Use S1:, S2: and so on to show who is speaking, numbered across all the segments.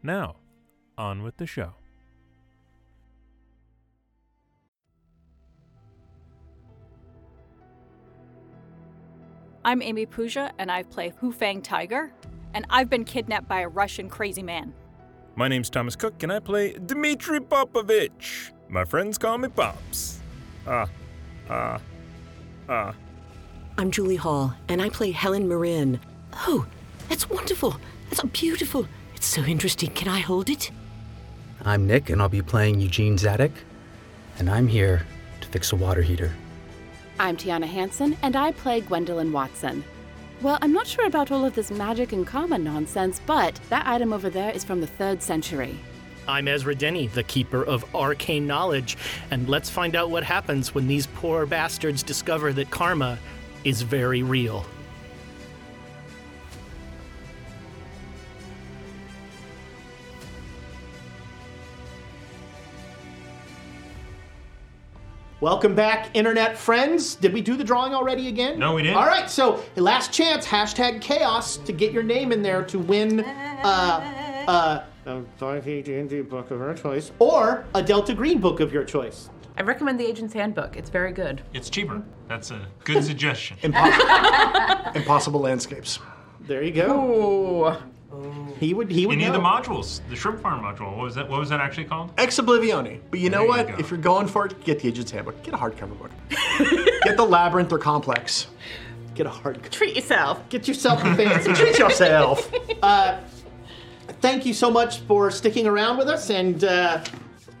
S1: Now, on with the show.
S2: I'm Amy Puja, and I play Hu Fang Tiger, and I've been kidnapped by a Russian crazy man.
S1: My name's Thomas Cook, and I play Dmitri Popovich. My friends call me Pops. Ah, ah, ah.
S3: I'm Julie Hall, and I play Helen Marin. Oh, that's wonderful. That's beautiful. It's so interesting. Can I hold it?
S4: I'm Nick, and I'll be playing Eugene Zadek, and I'm here to fix a water heater.
S5: I'm Tiana Hansen, and I play Gwendolyn Watson. Well, I'm not sure about all of this magic and karma nonsense, but that item over there is from the 3rd century.
S6: I'm Ezra Denny, the keeper of arcane knowledge, and let's find out what happens when these poor bastards discover that karma is very real.
S7: Welcome back, internet friends. Did we do the drawing already again?
S1: No, we didn't.
S7: All right, so last chance, hashtag chaos to get your name in there to win uh, uh, a 5e D&D book of your choice or a Delta Green book of your choice.
S8: I recommend the Agent's Handbook. It's very good.
S1: It's cheaper. That's a good suggestion.
S9: Impossible landscapes.
S7: There you go.
S8: Ooh.
S7: He would. He would.
S1: You need
S7: know.
S1: the modules, the shrimp farm module. What was that? What was that actually called?
S9: Ex Oblivione. But you know
S1: There you
S9: what?
S1: go.
S9: if you're going for it, get the Agent's Handbook. Get a hardcover book. get the Labyrinth or Complex.
S7: Get a hard.
S8: Treat yourself.
S7: Get yourself a fancy. treat. Uh,
S9: Treat yourself.
S7: Thank you so much for sticking around with us. And uh,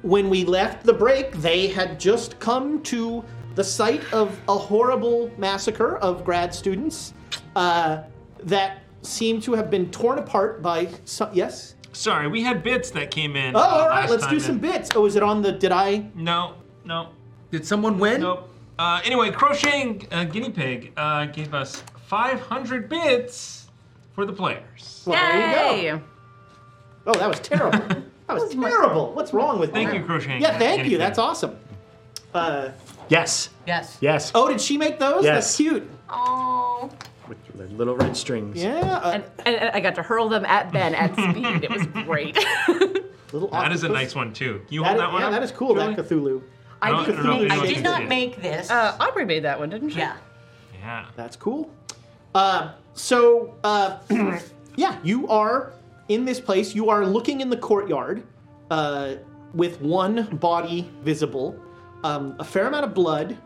S7: when we left the break, they had just come to the site of a horrible massacre of grad students uh, that seemed to have been torn apart by some. Yes.
S1: Sorry, we had bits that came in.
S7: Oh,
S1: uh,
S7: all right.
S1: last
S7: Let's
S1: time
S7: do
S1: that-
S7: some bits. Oh, is it on the? Did I?
S1: No, no,
S4: Did someone win?
S1: nope. Uh, anyway, crocheting uh, guinea pig uh, gave us 500 bits for the players.
S7: Well, there you go.
S8: Yay.
S7: Oh, that was terrible. that was terrible. What's wrong with
S1: Thank
S7: that?
S1: you, crocheting.
S7: Yeah, thank
S1: guinea
S7: you.
S1: pig.
S7: That's awesome. Uh,
S9: yes.
S8: Yes.
S9: Yes.
S7: oh, did she make those?
S9: Yes.
S7: That's cute.
S8: Oh.
S9: With the little red strings.
S7: Yeah. uh,
S8: And, and, and I got to hurl them at Ben at speed. it was great.
S7: little
S1: That is a
S7: octopus.
S1: nice one too. Can you
S7: That
S1: hold
S7: is,
S1: that one
S7: yeah,
S1: up?
S7: that is cool.
S1: Julie?
S7: That Cthulhu.
S1: I don't- I don't know if
S7: I
S1: anyone
S7: did
S1: can
S7: not
S1: see it.
S10: this.
S8: uh, Aubrey made that one, didn't she?
S10: yeah.
S1: Yeah.
S7: That's cool. Uh, so, uh, yeah, you are in this place. You are looking in the courtyard uh, with one body visible, um, a fair amount of blood.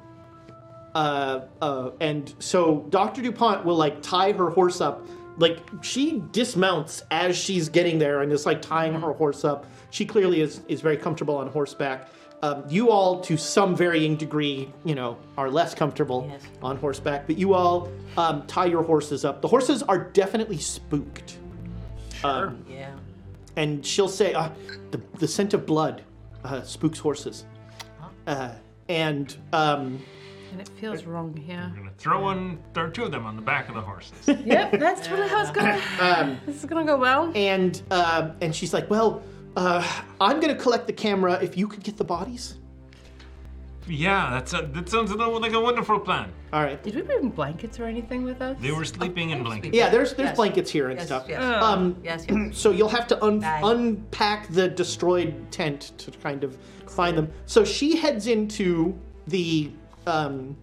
S7: Uh, uh, and so Dr. DuPont will like tie her horse up. Like she dismounts as she's getting there and is like tying her horse up. She clearly is, is very comfortable on horseback. Um, you all, to some varying degree, you know, are less comfortable
S10: Yes.
S7: on horseback, but you all um, tie your horses up. The horses are definitely spooked. Um,
S10: Yeah.
S7: And she'll say, ah, the, the scent of blood uh, spooks horses. Uh, and um,
S8: And it feels wrong here.
S1: We're gonna throw one, throw two of them on the back of the horses.
S8: Yep, that's really how it's gonna.
S1: Um,
S8: this is gonna go well.
S7: and uh, and she's like, "Well, uh, I'm gonna collect the camera if you could get the bodies."
S1: yeah, that's a, that sounds a little like a wonderful plan.
S7: All right.
S8: Did we bring blankets or anything with us?
S1: They were sleeping in blankets.
S7: Yeah, there's there's
S10: Yes.
S7: blankets here and
S10: Yes,
S7: stuff.
S10: yes.
S7: Um,
S10: yes, yes.
S7: so you'll have to un-
S10: Bye.
S7: unpack the destroyed tent to kind of find them. So she heads into the um,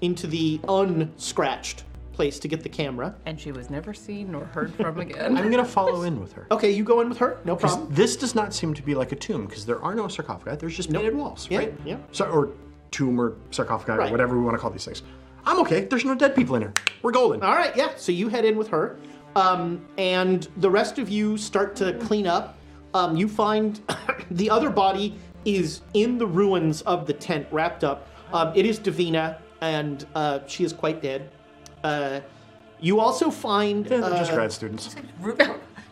S7: into the unscratched place to get the camera.
S8: And she was never seen nor heard from again.
S9: I'm going to follow in with her.
S7: Okay, you go in with her, no
S9: 'Cause
S7: problem.
S9: This does not seem to be like a tomb because there are no sarcophagi. There's just painted walls,
S7: Yeah,
S9: right?
S7: yeah.
S9: So, or tomb or sarcophagi
S7: Right.
S9: or whatever we want to call these things. I'm okay. There's no dead people in here. We're golden.
S7: All right, yeah. So you head in with her, um, and the rest of you start to clean up. Um, you find the other body is in the ruins of the tent, wrapped up. Um, it is Davina, and uh, she is quite dead. Uh, you also find
S9: Yeah, they're just
S7: uh,
S9: grad students.
S10: Ru-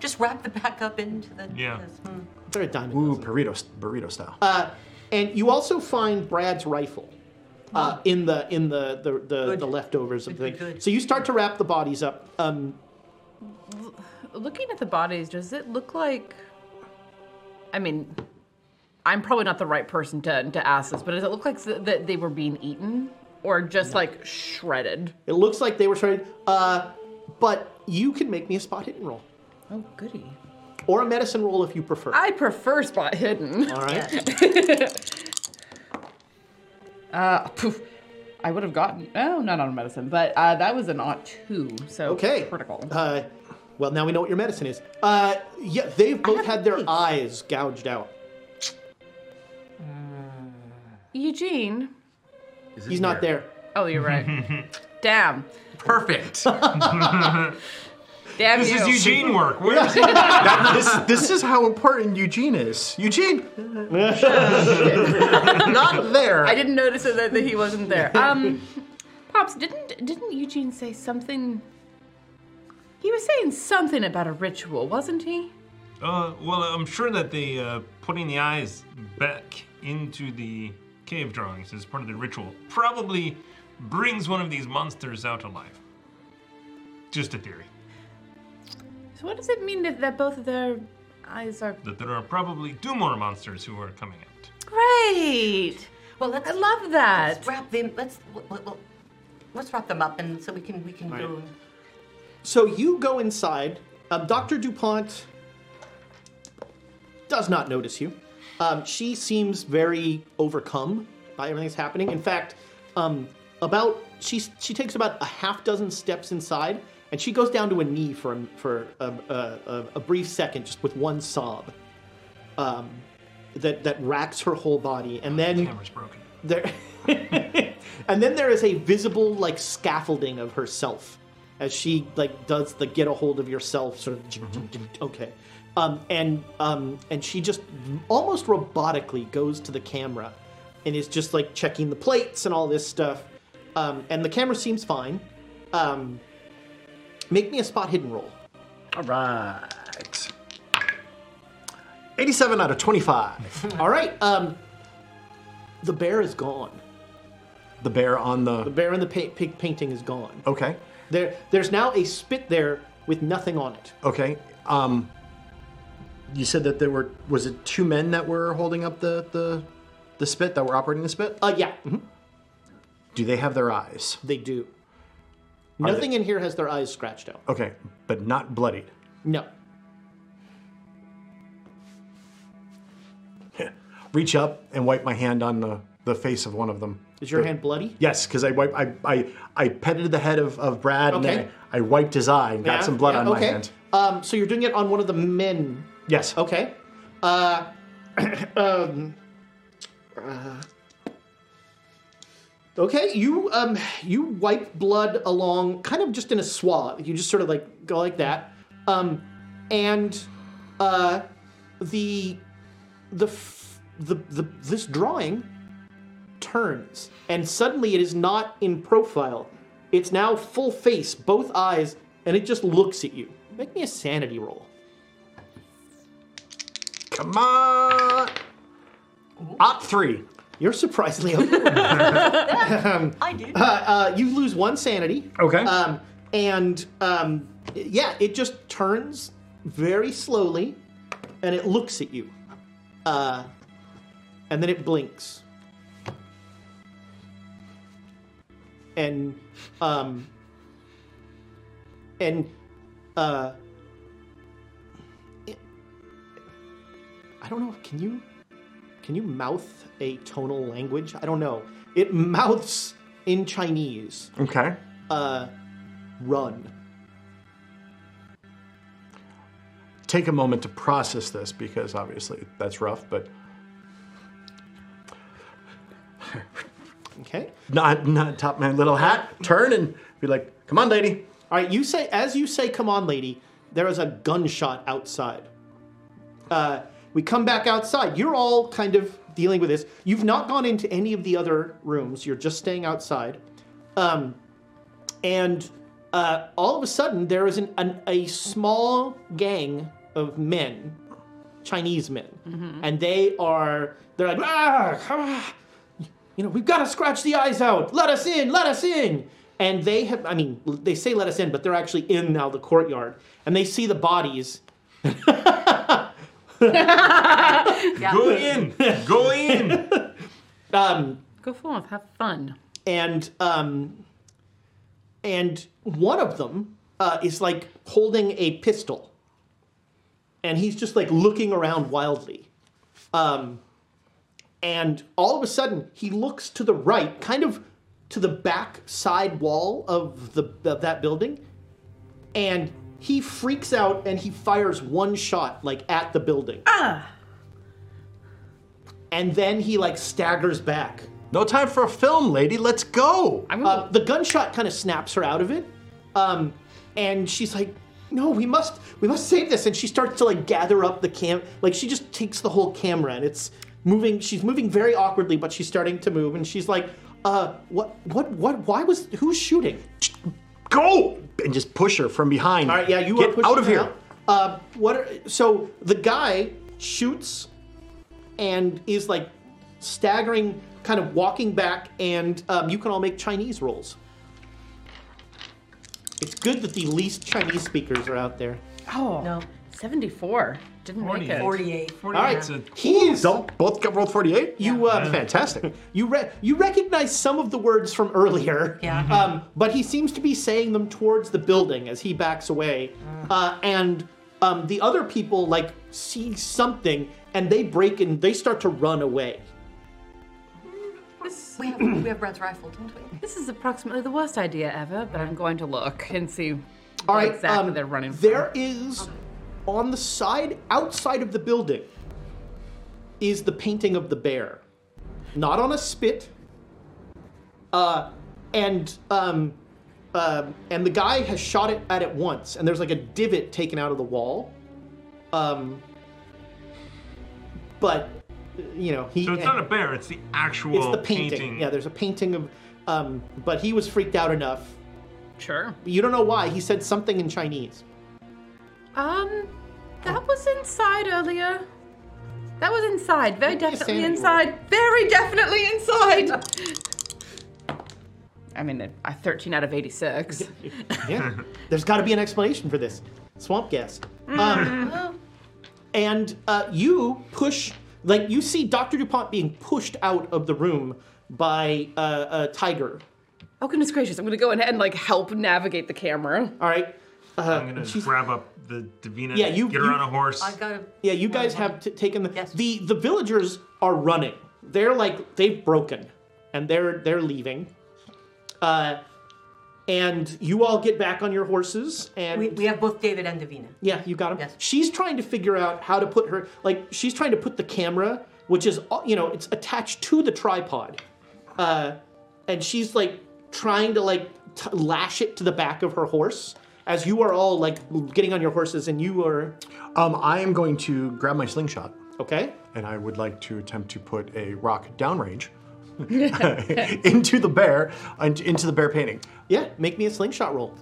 S3: Just wrap the back up into the.
S7: Yeah.
S3: Hmm.
S7: They're a diamond.
S9: Ooh, burrito, burrito style.
S7: Uh, and you also find Brad's rifle uh, in the in the the, the, the leftovers of the thing. So you start to wrap the bodies up. Um,
S8: Looking at the bodies, does it look like? I mean, I'm probably not the right person to to ask this, but does it look like th- that they were being eaten or just like shredded?
S7: it looks like they were trying. Uh, but you can make me a spot hidden roll
S8: Oh, goody.
S7: or a medicine roll if you prefer.
S8: I prefer spot hidden.
S7: All right.
S8: uh, poof. I would have gotten oh, not on medicine, but uh, that was an ought two, so
S7: Okay.
S8: critical.
S7: Uh, well, now we know what your medicine is. Uh, yeah, they've both had their eyes gouged out.
S8: Eugene.
S7: He's not there.
S8: Oh, you're right. Damn. Perfect. Damn
S9: This
S8: you.
S9: is Eugene work. Where's- That- this, this is how important Eugene is. Eugene! Not there.
S8: I didn't notice that, that he wasn't there. Um, pops, didn't didn't Eugene say something? He was saying something about a ritual, wasn't he?
S1: Uh, well, I'm sure that the uh, putting the eyes back into the cave drawings as part of the ritual probably brings one of these monsters out alive. Just a theory.
S8: So what does it mean that, that both of their eyes are
S1: That there are probably two more monsters who are coming out.
S8: great?
S3: Well, let's.
S8: I love that.
S3: Let's wrap them. Let's. Well, well, well, let's wrap them up, and so we can we can
S7: All right.
S3: go.
S7: So you go inside. Um, Dr. DuPont does not notice you. Um, she seems very overcome by everything that's happening. In fact, um, about she she takes about a half dozen steps inside, and she goes down to a knee for a, for a, a, a, a brief second, just with one sob, um, that that racks her whole body, and then
S1: camera's broken.
S7: There, and then there is a visible like scaffolding of herself as she like does the get a hold of yourself sort of okay um, and um, and she just almost robotically goes to the camera and is just like checking the plates and all this stuff um, and the camera seems fine um, make me a spot hidden roll
S9: All right. 87 out of 25.
S7: all right um, the bear is gone
S9: The bear on the.
S7: the bear in the pa- pig painting is gone
S9: Okay.
S7: There, there's now a spit there with nothing on it.
S9: Okay. Um, you said that there were. Was it two men that were holding up the the, the spit that were operating the spit?
S7: Uh, yeah, mhm.
S9: Do they have their eyes?
S7: They do.
S9: Are
S7: nothing in here has their eyes scratched out.
S9: Okay, but not bloodied.
S7: No.
S9: Reach up and wipe my hand on the, the face of one of them.
S7: Is your
S9: The-
S7: hand bloody?
S9: Yes, because I wiped. I, I I petted the head of, of Brad and
S7: Okay.
S9: then I, I wiped his eye and
S7: Yeah,
S9: got some blood
S7: yeah,
S9: on
S7: okay.
S9: my hand.
S7: Um, so you're doing it on one of the men.
S9: Yes.
S7: Okay. Uh, um, uh, okay. You um, you wipe blood along, kind of just in a swab. You just sort of like go like that, um, and uh, the the f- the the this drawing turns, and suddenly it is not in profile. It's now full face, both eyes, and it just looks at you. Make me a sanity roll.
S9: Come on. Op three.
S7: You're surprisingly okay. Um,
S3: I do.
S7: uh, uh, you lose one sanity.
S9: Okay.
S7: Um, and um, yeah, it just turns very slowly, and it looks at you, uh, and then it blinks, and um, and uh, it- I don't know. Can you? Can you mouth a tonal language? I don't know. It mouths in Chinese.
S9: Okay.
S7: Uh, run.
S9: Take a moment to process this because obviously that's rough, but
S7: Okay.
S9: not not top my little hat. Turn and be like, come on, lady.
S7: All right. You say as you say, "Come on, lady." There is a gunshot outside. Uh, we come back outside. You're all kind of dealing with this. You've not gone into any of the other rooms. You're just staying outside. Um, and uh, all of a sudden, there is an, an, a small gang of men, Chinese men,
S8: Mhm.
S7: and they are they're like, ah, ah, you know, we've got to scratch the eyes out. Let us in. Let us in. And they have, I mean, they say let us in, but they're actually in now the courtyard, and they see the bodies.
S1: Go in. Go in.
S7: um,
S8: Go forth, have fun.
S7: and um, and one of them uh, is like holding a pistol, and he's just like looking around wildly, um, and all of a sudden he looks to the right, kind of to the back side wall of the of that building, and he freaks out and he fires one shot like at the building. Ah. And then he like staggers back.
S9: No time for a film, lady. Let's go.
S7: Uh, the gunshot kind of snaps her out of it, um, and she's like, "No, we must, we must save this." And she starts to like gather up the cam, like she just takes the whole camera, and it's moving. She's moving very awkwardly, but she's starting to move, and she's like, "Uh, what, what, what? Why was who's shooting?"
S9: Go and just push her from behind.
S7: All right, yeah, you
S9: Get
S7: are pushing
S9: out of
S7: her
S9: here.
S7: out. Uh, what? Are, so the guy shoots and is like staggering, kind of walking back, and um, you can all make Chinese rolls. It's good that the least Chinese speakers are out there.
S8: Oh. No. 74. Didn't make it.
S3: 48.
S7: All right, he's
S9: both got rolled forty-eight.
S7: You uh,
S9: Yeah. Fantastic.
S7: You re- you recognize some of the words from earlier.
S3: Yeah.
S7: Um, but he seems to be saying them towards the building as he backs away, uh, and um, the other people like see something and they break and they start to run away.
S3: We have, we have Brad's rifle, don't we?
S8: This is approximately the worst idea ever, but I'm going to look and see
S7: All
S8: what
S7: right,
S8: exactly
S7: um,
S8: they're running from.
S7: There is on the side outside of the building is the painting of the bear, not on a spit. Uh, and um, um, and the guy has shot it at it once, and there's like a divot taken out of the wall. Um, but you know he.
S1: So it's not a bear. It's the actual
S7: It's the painting. Yeah, there's a painting of. Um, but he was freaked out enough.
S8: Sure.
S7: You don't know why. He said something in Chinese.
S8: Um, that was inside earlier. That was inside. Very
S7: saying
S8: definitely
S7: that you
S8: inside. Very definitely inside. I mean, I 13 out of 86.
S7: yeah, there's got to be an explanation for this swamp gas. Um, and uh, you push, like you see Doctor Dupont being pushed out of the room by uh, uh, Tiger.
S8: Oh goodness gracious! I'm gonna go in and like help navigate the camera.
S7: All right.
S1: I'm gonna grab up the Davina.
S7: Yeah, you
S1: get her
S7: you-
S1: on a horse.
S7: Yeah, you guys have t- taken the, the the villagers are running. They're like they've broken, and they're they're leaving. Uh, and you all get back on your horses, and
S3: We, we have both David and Davina.
S7: Yeah, you got him. She's trying to figure out how to put her like she's trying to put the camera, which is uh, you know it's attached to the tripod, uh, and she's like trying to like t- lash it to the back of her horse as you are all like getting on your horses and you are.
S9: Um, I am going to grab my slingshot.
S7: Okay.
S9: And I would like to attempt to put a rock downrange into the bear, in- into the bear painting.
S7: Yeah, make me a slingshot roll.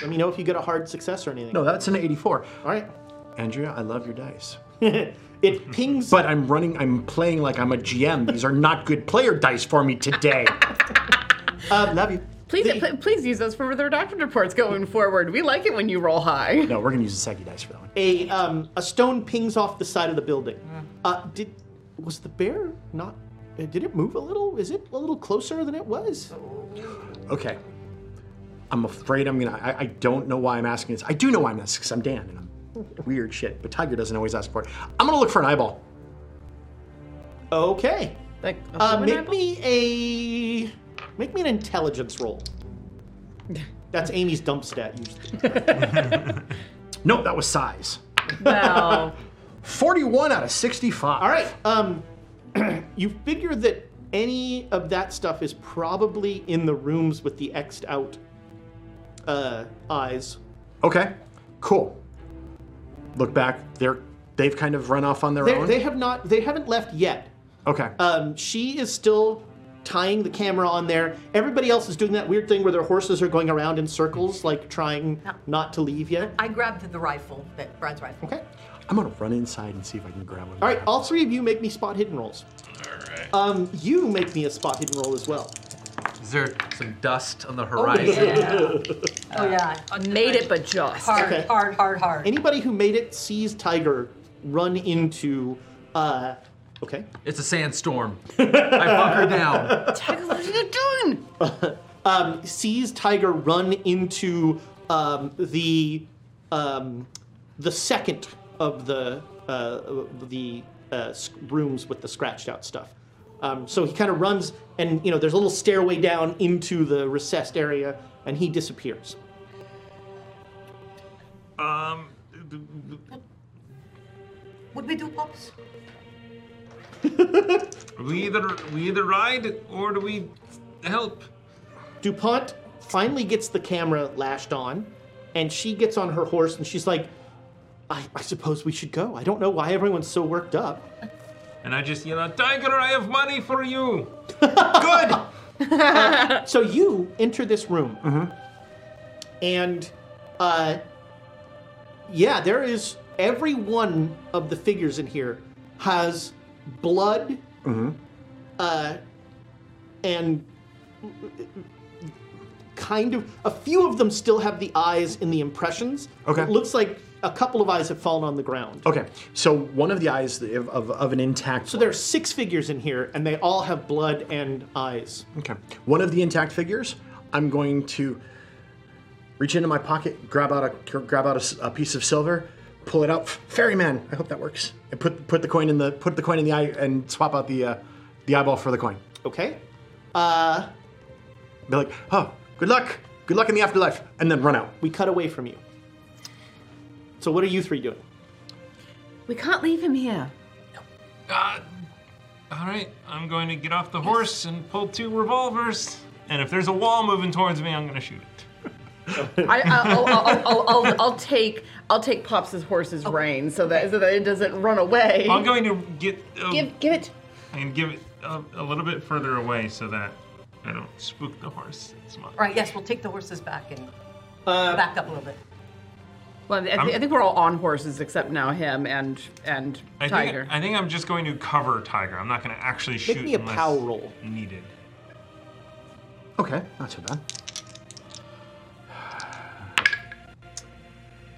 S7: Let me know if you get a hard success or anything.
S9: No, that's an 84.
S7: All right.
S9: Andrea, I love your dice.
S7: it pings.
S9: But I'm running, I'm playing like I'm a GM. These are not good player dice for me today.
S7: uh, love you.
S8: Please, pl- please use those for their doctor reports going forward. We like it when you roll high.
S9: No, we're gonna use the Seki dice for that one.
S7: A um, a stone pings off the side of the building.
S8: Mm.
S7: Uh, did was the bear not? uh, Did it move a little? Is it a little closer than it was?
S9: Okay. I'm afraid I'm gonna. I, I don't know why I'm asking this. I do know why I'm asking because I'm Dan and I'm weird shit, but Tiger doesn't always ask for it. I'm gonna look for an eyeball.
S7: Okay.
S8: Oh. Like,
S7: Uh, make me a make me an intelligence roll. That's Amy's dump stat usually.
S9: Nope, that was size.
S8: Wow.
S9: 41 out of 65.
S7: All right. Um, you figure that any of that stuff is probably in the rooms with the xed out uh, eyes.
S9: Okay, cool. Look back. They're they've kind of run off on their
S7: They're-
S9: own.
S7: They have not. They haven't left yet.
S9: Okay.
S7: Um, she is still tying the camera on there. Everybody else is doing that weird thing where their horses are going around in circles, like trying not to leave yet.
S3: I grabbed the rifle, that Brad's rifle.
S7: Okay.
S9: I'm gonna run inside and see if I can grab one.
S7: All right, all three of you make me spot hidden rolls. All right. Um, you make me a spot hidden roll as well.
S4: Is there some dust on the
S7: Oh,
S4: horizon?
S7: yeah.
S3: Oh, yeah.
S8: Made it, but just.
S3: Hard, hard, hard, hard.
S7: Anybody who made it sees Tiger run into. Uh, okay.
S4: It's a sandstorm. I fuck her down.
S8: Tiger, what are you doing?
S7: um, sees Tiger run into um, the um, the second of the uh, the uh, s- rooms with the scratched out stuff. Um, so he kind of runs, and you know, there's a little stairway down into the recessed area, and he disappears.
S1: Um,
S3: Would we do pops?
S1: we either we either ride or do we help?
S7: Dupont finally gets the camera lashed on, and she gets on her horse, and she's like, I, "I suppose we should go. I don't know why everyone's so worked up."
S1: And I just yell out, Tiger, I have money for you.
S7: Uh, so you enter this room,
S9: Mm-hmm.
S7: and uh, yeah, there is every one of the figures in here has blood
S9: Mm-hmm.
S7: uh, and kind of a few of them still have the eyes in the impressions.
S9: Okay.
S7: it looks like a couple of eyes have fallen on the ground.
S9: Okay, so one of the eyes of, of, of an intact.
S7: So there are six figures in here, and they all have blood and eyes.
S9: Okay. One of the intact figures, I'm going to reach into my pocket, grab out a grab out a s- a, piece of silver, pull it out. Ferryman. I hope that works. And put put the coin in the put the coin in the eye and swap out the uh, the eyeball for the coin.
S7: Okay. Uh,
S9: Be like, oh, good luck, good luck in the afterlife, and then run out.
S7: We cut away from you. So what are you three doing?
S8: We can't leave him here.
S1: Uh, all right, I'm going to get off the horse and pull two revolvers. And if there's a wall moving towards me, I'm going to shoot it.
S8: I, I'll, I'll, I'll, I'll, I'll, I'll take I'll take Pops' horse's rein so that so that it doesn't run away.
S1: I'm going to get uh,
S8: give give it.
S1: and give it a, a little bit further away so that I don't spook the horse as much.
S3: All right, yes, we'll take the horses back and back up a little bit.
S8: Well, I, thi- I think we're all on horses except now him and and
S1: I
S8: Tiger.
S1: Think, I think I'm just going to cover Tiger. I'm not going to actually
S8: Make
S1: shoot
S8: me a
S1: unless
S8: pow
S7: roll.
S1: needed.
S9: Okay, not so bad.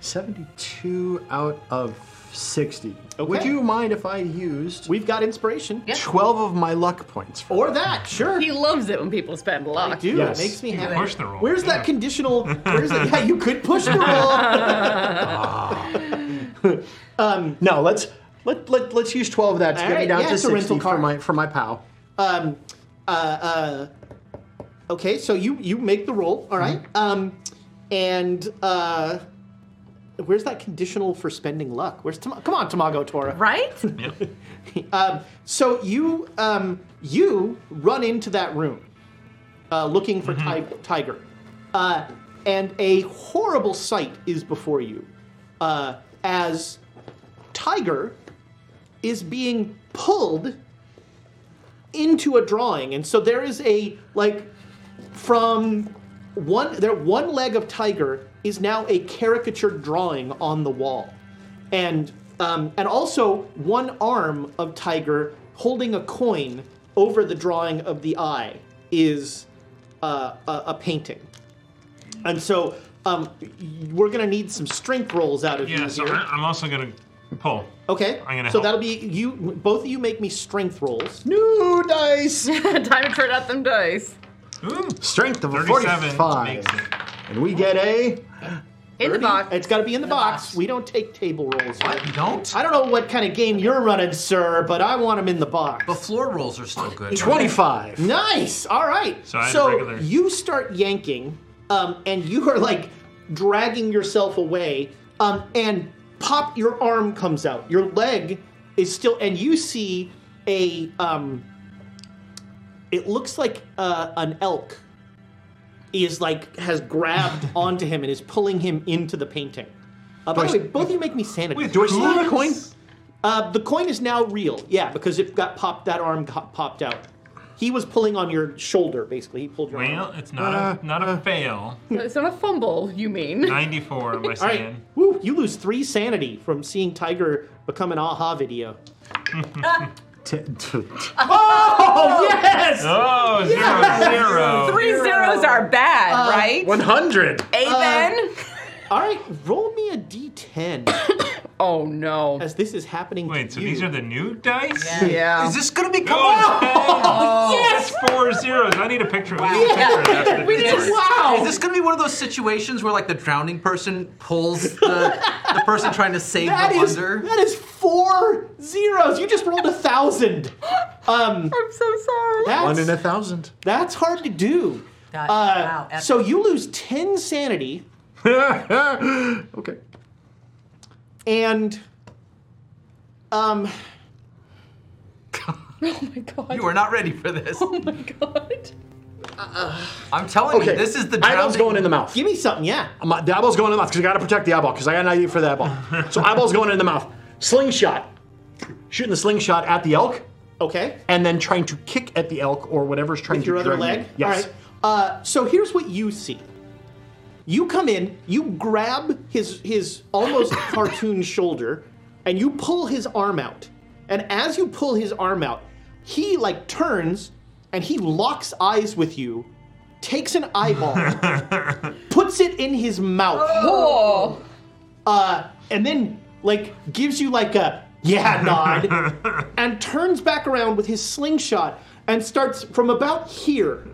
S9: Seventy-two out of sixty. Would
S7: Okay.
S9: you mind if I used?
S7: We've got inspiration.
S9: Twelve of my luck points. For
S7: Or that, sure.
S8: He loves it when people spend luck.
S7: I do.
S9: Yes.
S7: It makes me
S9: You
S7: happy.
S9: push the roll,
S7: Where's that conditional? Where's that? Yeah, you could push the roll.
S9: Ah. um, no, let's let, let let's use twelve of that to
S7: All
S9: get me
S7: right,
S9: down
S7: yeah,
S9: to
S7: it's a
S9: sixty
S7: rental car.
S9: for my for my pal.
S7: um, uh, uh, okay, so you you make the roll. All right. Um, and uh, where's that conditional for spending luck? Where's Tam- come on, Tamago Tora?
S8: Right.
S7: um, so you um, you run into that room uh, looking for Ti- Tiger, uh, and a horrible sight is before you uh, as Tiger is being pulled into a drawing, and so there is a like from one there one leg of Tiger is now a caricatured drawing on the wall and um, and also one arm of Tiger holding a coin over the drawing of the eye is uh, a, a painting, and so um, we're gonna need some strength rolls out of
S1: Yeah,
S7: you
S1: so
S7: here.
S1: I- I'm also going to pull.
S7: Okay,
S1: I'm gonna
S7: so
S1: help.
S7: that'll be you. Both of you make me strength rolls.
S9: New dice.
S8: Time to turn out them dice.
S9: Strength of
S7: 37
S9: a forty-five,
S7: makes
S9: and we get a.
S8: In the box.
S7: It's got to be in the, box. We don't take table rolls. What?
S4: You don't?
S7: I don't know what kind of game you're running, sir, but I want them in the box.
S4: The floor rolls are still good.
S9: 25.
S7: Nice. All right.
S4: So I had regular.
S7: you start yanking, um, and you are like dragging yourself away, um, and pop, your arm comes out. Your leg is still, and you see a. Um, it looks like uh, an elk is like has grabbed onto him and is pulling him into the painting. Uh, by
S9: Do I
S7: the way,
S9: s-
S7: both of you make me sanity.
S9: Wait, do I still have a coin?
S7: Uh, the coin is now real, yeah, because it got popped. That arm got popped out. He was pulling on your shoulder, basically. He pulled your arm.
S1: Well, it's not a not a fail.
S8: It's not a fumble, you mean?
S1: 94, am I
S7: All right.
S1: saying?
S7: Woo, you lose three sanity from seeing Tiger become an aha video.
S8: Oh,
S7: yes!
S1: Oh, zero, zero.
S8: Three zeros are bad,
S7: Uh,
S8: right?
S7: 100.
S8: Amen.
S7: All right, roll me a d10.
S8: oh no.
S7: As this is happening Wait,
S1: so these are the new dice?
S8: Yeah. Yeah.
S1: Is this gonna be coming? Oh, yes! That's four zeros. I need a picture. We need a
S4: Yeah.
S1: picture of that for the
S4: We need-
S1: picture.
S4: Wow. Is this going to be one of those situations where, like, the drowning person pulls the, the person trying to save
S7: That
S4: them
S7: is-
S4: under?
S7: that is four zeros. You just rolled a thousand.
S8: I'm
S7: Um,
S8: so sorry.
S9: One in a thousand.
S7: That's hard to do.
S3: That-
S7: Uh,
S3: wow,
S7: so you lose 10 sanity.
S9: okay.
S7: And um
S4: You are not ready for this. Oh my god. I'm telling you, this is the
S9: eyeball's
S4: drowning.
S9: going in the mouth.
S7: Give me something, yeah.
S9: My, the eyeball's going in the mouth because I gotta protect the eyeball because I got an idea for the eyeball. so eyeball's going in the mouth. Slingshot, shooting the slingshot at the elk.
S7: Okay.
S9: And then trying to kick at the elk or whatever's trying
S7: with
S9: to
S7: your other
S9: drag me.
S7: leg.
S9: Yes.
S7: All right. Uh, so here's what you see. You come in, you grab his his almost cartoon shoulder, and you pull his arm out. And as you pull his arm out, he like turns and he locks eyes with you, takes an eyeball, puts it in his mouth.
S8: Oh.
S7: Uh, and then like gives you like a yeah nod and turns back around with his slingshot and starts from about here,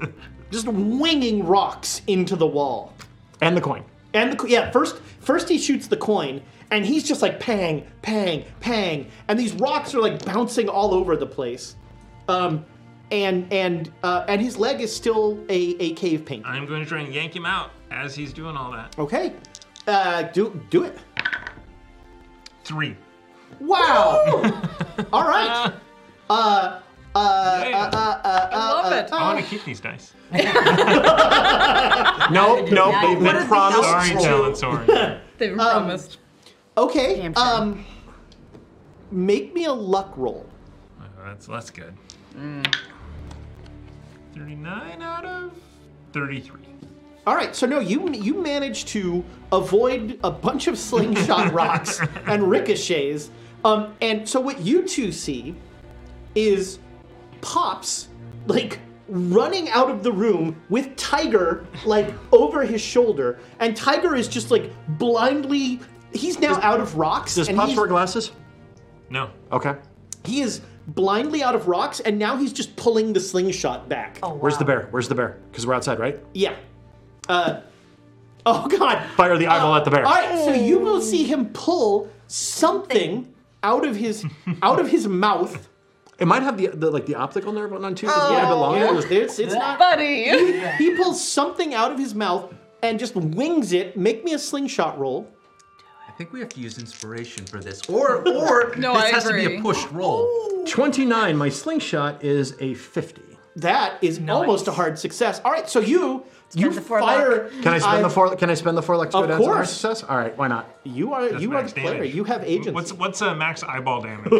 S7: just winging rocks into the wall.
S9: And the coin.
S7: And the co- yeah, first first he shoots the coin, and he's just like pang, pang, pang, and these rocks are like bouncing all over the place. Um, and and uh, and his leg is still a, a cave painting.
S1: I'm going to try and yank him out as he's doing all that.
S7: Okay, uh, do do it.
S1: Three.
S7: Wow. all right. Uh, uh, uh, uh, uh, uh,
S8: love
S7: uh,
S8: it.
S1: I want to keep these dice.
S9: No, no, they've
S1: What is the
S9: been promised.
S1: Sorry,
S9: to-
S1: Talon, sorry.
S8: They've been promised.
S7: Okay. Um, make me a luck roll.
S1: Oh, that's less good. 39 out of 33.
S7: All right. So no, you you managed to avoid a bunch of slingshot rocks and ricochets. Um, and so what you two see is pops like running out of the room with Tiger like over his shoulder, and Tiger is just like blindly. He's now out of rocks.
S9: Does
S7: and
S9: Pops
S7: he's-
S9: wear glasses?
S1: No.
S9: Okay.
S7: He is blindly out of rocks, and now he's just pulling the slingshot back. Oh,
S9: Where's the bear? Where's the bear? Because we're outside, right?
S7: Yeah. Uh, oh, God.
S9: Fire the eyeball at the bear.
S7: All right, so you will see him pull Oh. something out of his out of his mouth.
S9: It might have the, the like the optical nerve on too. 'cause it's a little bit longer.
S7: Yeah, it's, it's not.
S8: Buddy.
S7: He, he pulls something out of his mouth and just wings it. Make me a slingshot roll.
S4: I think we have to use inspiration for this. Or, or
S8: No,
S4: this
S8: I
S4: has to be
S8: agree.
S4: a push roll.
S7: Oh.
S9: 29. My slingshot is a 50.
S7: That is almost a hard success. All right, so you you fire.
S9: Can I spend
S7: I-
S9: the four? Can I spend the four luck to
S7: Of
S9: go down to my
S7: course.
S9: success? All right, why not?
S7: You are you are the
S1: max
S7: player.
S1: damage.
S7: You have agency.
S1: What's what's uh, max eyeball damage?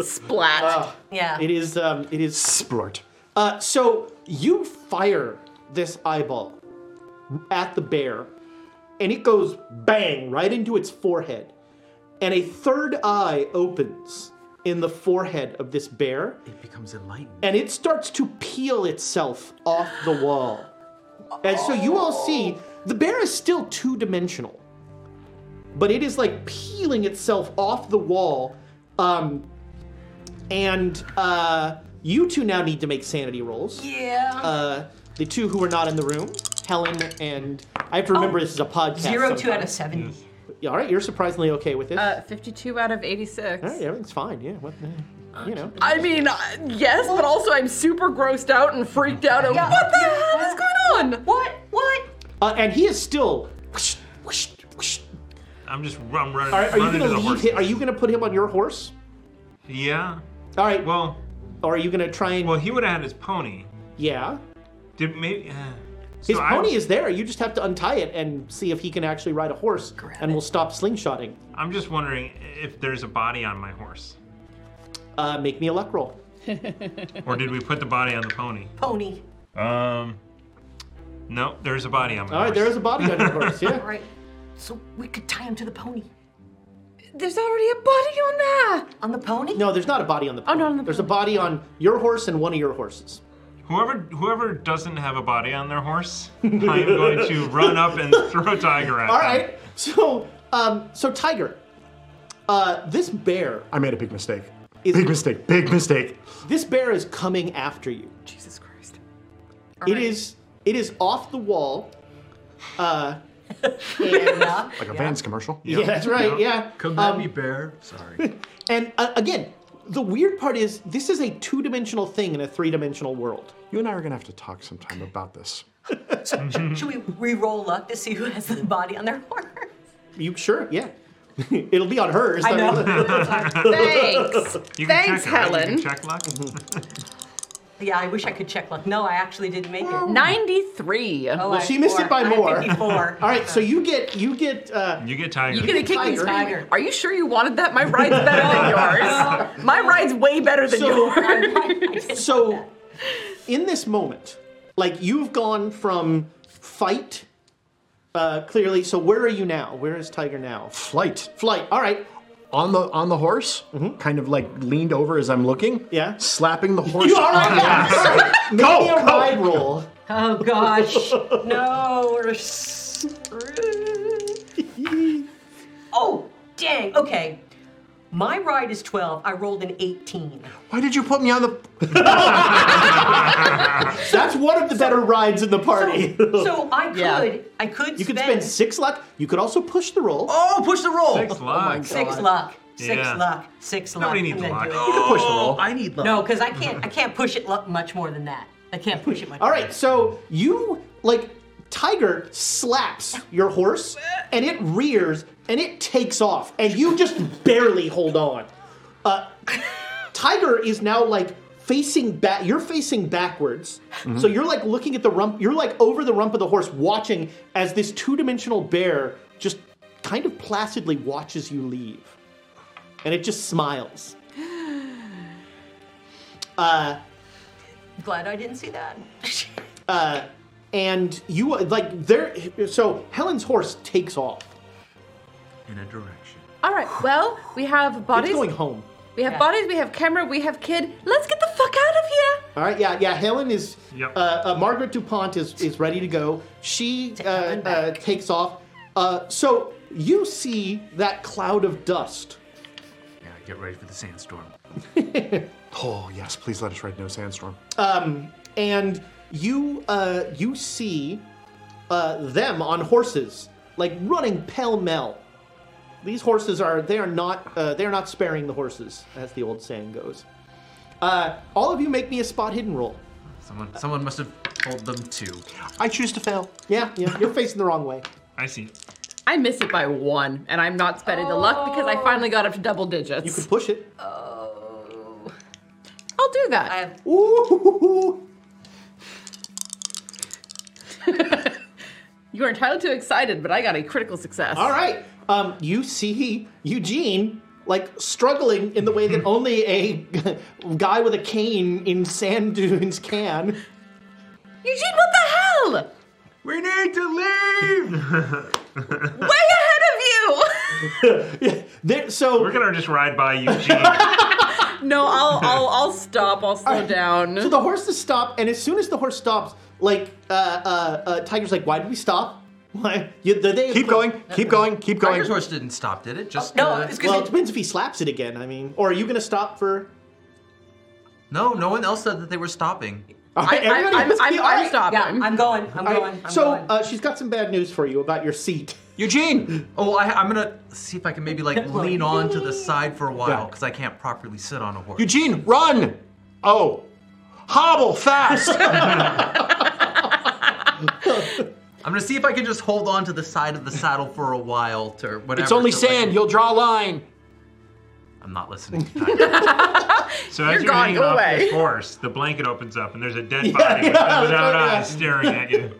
S8: Splat.
S3: Yeah.
S7: It is um, it is
S9: Splort.
S7: Uh, so you fire this eyeball at the bear, and it goes bang right into its forehead. And a third eye opens in the forehead of this bear,
S4: It becomes enlightened.
S7: and it starts to peel itself off the wall. And so you all see the bear is still two dimensional, but it is like peeling itself off the wall. Um, and uh, you two now need to make sanity rolls.
S3: Yeah.
S7: Uh, the two who are not in the room, Helen and I have to remember this is a podcast.
S3: Oh, Zero two out of
S7: sometimes.
S3: seventy.
S7: Yeah, all right, you're surprisingly okay with this.
S8: Uh, 52 out of 86.
S7: all right, everything's fine. Yeah, what the, you know.
S8: I mean, uh, yes, but also I'm super grossed out and freaked out. And what the hell is going on?
S3: What? What?
S7: Uh, and he is still. whoosh, whoosh, whoosh.
S1: I'm just I'm running,
S7: All right, are you
S1: running to
S7: gonna
S1: the
S7: leave?
S1: horse.
S7: Him, are you gonna put him on your horse?
S1: Yeah.
S7: All right.
S1: Well,
S7: Or are you gonna try and?
S1: well, he would have had his pony.
S7: yeah.
S1: Did maybe? Uh,
S7: His
S1: so I-
S7: pony is there. You just have to untie it and see if he can actually ride a horse, and we'll stop slingshotting.
S1: I'm just wondering if there's a body on my horse.
S7: Uh, make me a luck roll.
S1: or did we put the body on the pony?
S3: Pony.
S1: Um, no, there's a body on the
S7: All right,
S1: horse.
S7: there is a body on the horse, yeah.
S3: All right. So we could tie him to the pony.
S8: There's already a body on there.
S3: On the pony?
S7: No, there's not a body on the. Oh no, there's a body on your horse and one of your horses.
S1: Whoever whoever doesn't have a body on their horse, I'm going to run up and throw Tiger at.
S7: All
S1: them.
S7: right. So, um, so Tiger, uh, this bear.
S9: I made a big mistake. big mistake. Big mistake.
S7: This bear is coming after you. Jesus Christ. It is. It is off the wall. Uh, and,
S9: Like a Vans commercial.
S7: Yeah, that's right. Yeah.
S9: Come
S7: at
S9: at
S7: Um, me,
S9: me, bear. Sorry.
S7: and uh, again, the weird part is this is a two-dimensional thing in a three-dimensional world.
S9: You and I are gonna have to talk sometime about this.
S3: So sh- should we re-roll luck to see who has the body on their horse?
S7: You sure? Yeah. It'll be on hers.
S3: I know.
S8: Thanks.
S1: You
S3: can
S8: Thanks,
S3: check, right? You can
S8: Helen.
S1: check luck.
S3: Yeah, I wish I could check luck. No, I actually didn't make it.
S8: 93.
S3: Oh,
S7: well, she missed it by more.
S3: All
S7: right, so you get you get uh,
S1: you get Tiger.
S8: You gonna kick me
S7: Tiger.
S8: screaming? Are you sure you wanted that? My ride's better than yours. My ride's way better than yours.
S7: so in this moment like you've gone from fight uh clearly so where are you now where is tiger now
S9: Flight.
S7: flight all right
S9: On the on the horse, kind of like leaned over as I'm looking.
S7: Yeah.
S9: Slapping the horse.
S7: you all right
S9: on the
S7: now?
S9: ass.
S7: Make
S9: Go,
S7: me a
S9: go.
S7: ride roll.
S3: Oh gosh. No, we're screwed. Oh, dang. Okay. My ride is 12. I rolled an 18.
S9: Why did you put me on the?
S7: That's one of the better rides in the party.
S3: So I could,
S7: Yeah.
S3: I could
S7: you could
S3: spend,
S7: spend six luck. You could also push the roll.
S3: Oh, push the roll.
S1: Six luck.
S3: Six luck. Six
S1: Yeah.
S3: luck. Six luck.
S1: Nobody
S3: I'm
S1: needs
S3: gonna
S1: luck.
S3: do it.
S9: I need
S3: No, because I can't. I can't push it luck much more than that. I can't push it much.
S7: Mm-hmm. All right, so you like Tiger slaps your horse and it rears and it takes off and you just barely hold on. Uh, Tiger is now like facing back. You're facing backwards, so you're like looking at the rump. You're like over the rump of the horse, watching as this two-dimensional bear just kind of placidly watches you leave, and it just smiles. Uh,
S3: Glad I didn't see that.
S7: uh, and you like there. So Helen's horse takes off.
S1: In a direction.
S8: All right. Well, we have
S7: It's
S8: bodies.
S7: going home.
S8: We have bodies. We have camera. We have kid. Let's get the fuck out of here.
S7: All right. Yeah. Yeah. Helen is. Uh, uh, Margaret Dupont is is ready to go. She uh, uh, takes off. Uh, so you see that cloud of dust.
S1: Yeah, get ready for the sandstorm.
S9: Oh yes, please let us ride no sandstorm.
S7: Um, and you uh, you see uh, them on horses, like running pell mell. These horses are they are not uh, they are not sparing the horses, as the old saying goes. Uh, all of you make me a spot hidden roll.
S4: Someone, someone must have told them to.
S7: I choose to fail. Yeah, yeah, you're facing the wrong way.
S1: I see it.
S8: I miss it by one, and I'm not spending the luck because I finally got up to double digits. You
S7: can push it.
S8: I'll do that. I have...
S7: Ooh.
S8: you are entitled to excited, but I got a critical success.
S7: All right. Um, you see Eugene like struggling in the way that only a guy with a cane in sand dunes can.
S8: Eugene, what the hell?
S1: We need to leave.
S8: Way ahead of
S7: so
S1: we're gonna just ride by Eugene.
S8: you. No, I'll I'll, I'll stop. I'll slow down.
S7: So the horses stop, and as soon as the horse stops, like uh, uh, uh, Tiger's like, "Why did we stop? Why? You, the, they
S9: Keep going, keep going, keep going.
S4: Tiger's horse didn't stop, did it? Just uh,
S7: well, it depends if he slaps it again. I mean, or are you gonna stop for?
S4: no, no one else said that they were stopping.
S7: All right, everybody must be- all right.
S3: Yeah, I'm going. I'm
S7: All right,
S3: going. I'm
S7: so
S3: going.
S7: Uh, she's got some bad news for you about your seat.
S4: Eugene. Oh, I, I'm gonna see if I can maybe like lean on to the side for a while because I can't properly sit on a horse.
S9: Eugene, run! Oh, hobble fast!
S4: I'm gonna see if I can just hold on to the side of the saddle for a while to whatever.
S9: it's only
S4: to, like-
S9: sand. You'll draw a line.
S4: I'm not listening.
S1: So as
S4: You're
S1: you're, hanging
S4: going
S1: off
S4: away.
S1: this horse, the blanket opens up and there's a dead
S4: Yeah,
S1: body with
S4: yeah,
S1: those
S4: that's
S1: out
S4: right, yeah.
S1: eyes staring at you.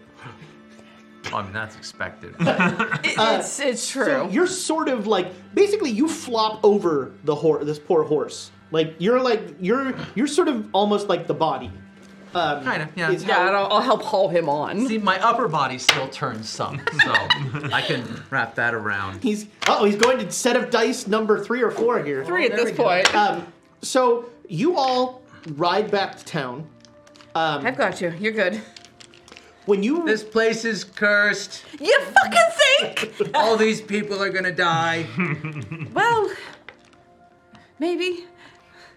S4: I mean, that's expected.
S8: it's it's true.
S7: you're sort of like basically you flop over the horse, this poor horse, Like you're like you're you're sort of almost like the body. Um,
S4: kind of, yeah.
S7: Yeah,
S8: I'll, help haul him on.
S4: See, my upper body still turns some, so I can wrap that around.
S7: He's oh, he's going to set of dice number three or four here.
S8: Three at this point.
S7: Um, so you all ride back to town. Um,
S8: I've got you. You're good.
S7: When you
S4: this place is cursed.
S8: You fucking think?
S4: All these people are gonna die.
S8: well, maybe.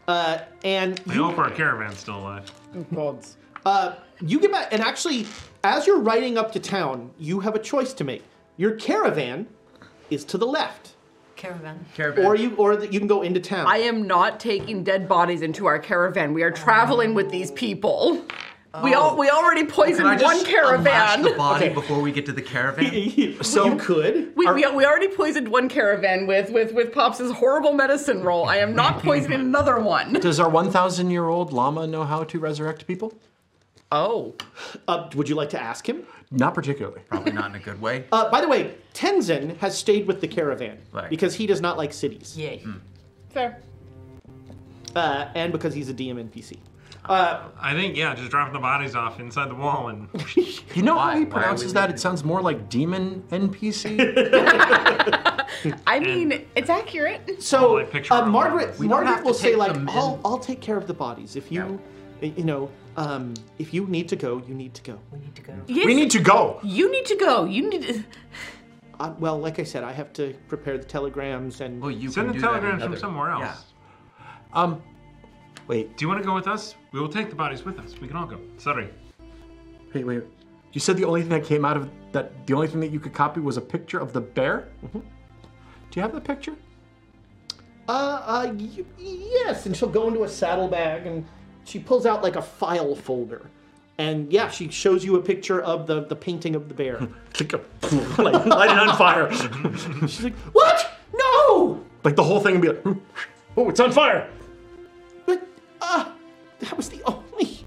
S7: Uh, and
S1: We hope our caravan's still alive.
S8: Gods.
S7: Uh, you get back, and actually, as you're riding up to town, you have a choice to make. Your caravan is to the left,
S3: Caravan.
S7: or you, or that you can go into town.
S8: I am not taking dead bodies into our caravan. We are traveling with these people. We all we already
S7: Oh,
S4: Can
S8: poisoned
S4: I just
S8: one
S4: unlash
S8: caravan.
S4: the body before we get to the caravan?
S7: so you could.
S8: We, we, we already poisoned one caravan with with with Pops' horrible medicine roll. I am not poisoning another one.
S9: Does our 1,000 year old llama know how to resurrect people?
S8: Oh.
S7: Uh, would you like to ask him?
S9: Not particularly.
S4: Probably not in a good way.
S7: Uh, by the way, Tenzin has stayed with the caravan because he does not like cities.
S3: Yay.
S9: Hmm.
S8: Fair.
S7: Uh, and because he's a DM NPC.
S9: Oh,
S7: Uh,
S1: I think yeah, just drop the bodies off inside the wall and
S9: You know
S1: Why?
S9: how
S1: Why are
S9: he
S1: we
S9: pronounces that? It sounds more like demon NPC.
S8: I mean, it's accurate.
S7: So uh, Margaret,
S9: We don't
S7: Margaret
S9: have to
S7: will say
S9: take
S7: like,
S9: them
S7: "I'll, I'll take care of the bodies. If you, you know, um, if you need to go, you need to go. We need to go.
S8: Yes.
S7: We need to go.
S8: You need to go. You need to.
S7: Uh, well, like I said, I have to prepare the telegrams and. Well,
S4: you
S1: send the telegrams from somewhere else.
S9: Um, wait.
S1: Do you want to go with us? We will take the bodies with us. We can all go. Sorry.
S9: Wait, wait. You said the only thing that came out of that, the only thing that you could copy was a picture of the bear? Mm-hmm. Do you have the picture?
S7: Uh, uh, y- yes. And she'll go into a saddlebag and she pulls out like a file folder, and yeah, she shows you a picture of the the painting of the bear.
S9: like, light it on fire.
S7: She's like, "What? No!"
S9: Like the whole thing would be like, "Hmm, oh, it's on fire.
S7: Uh, that was the only.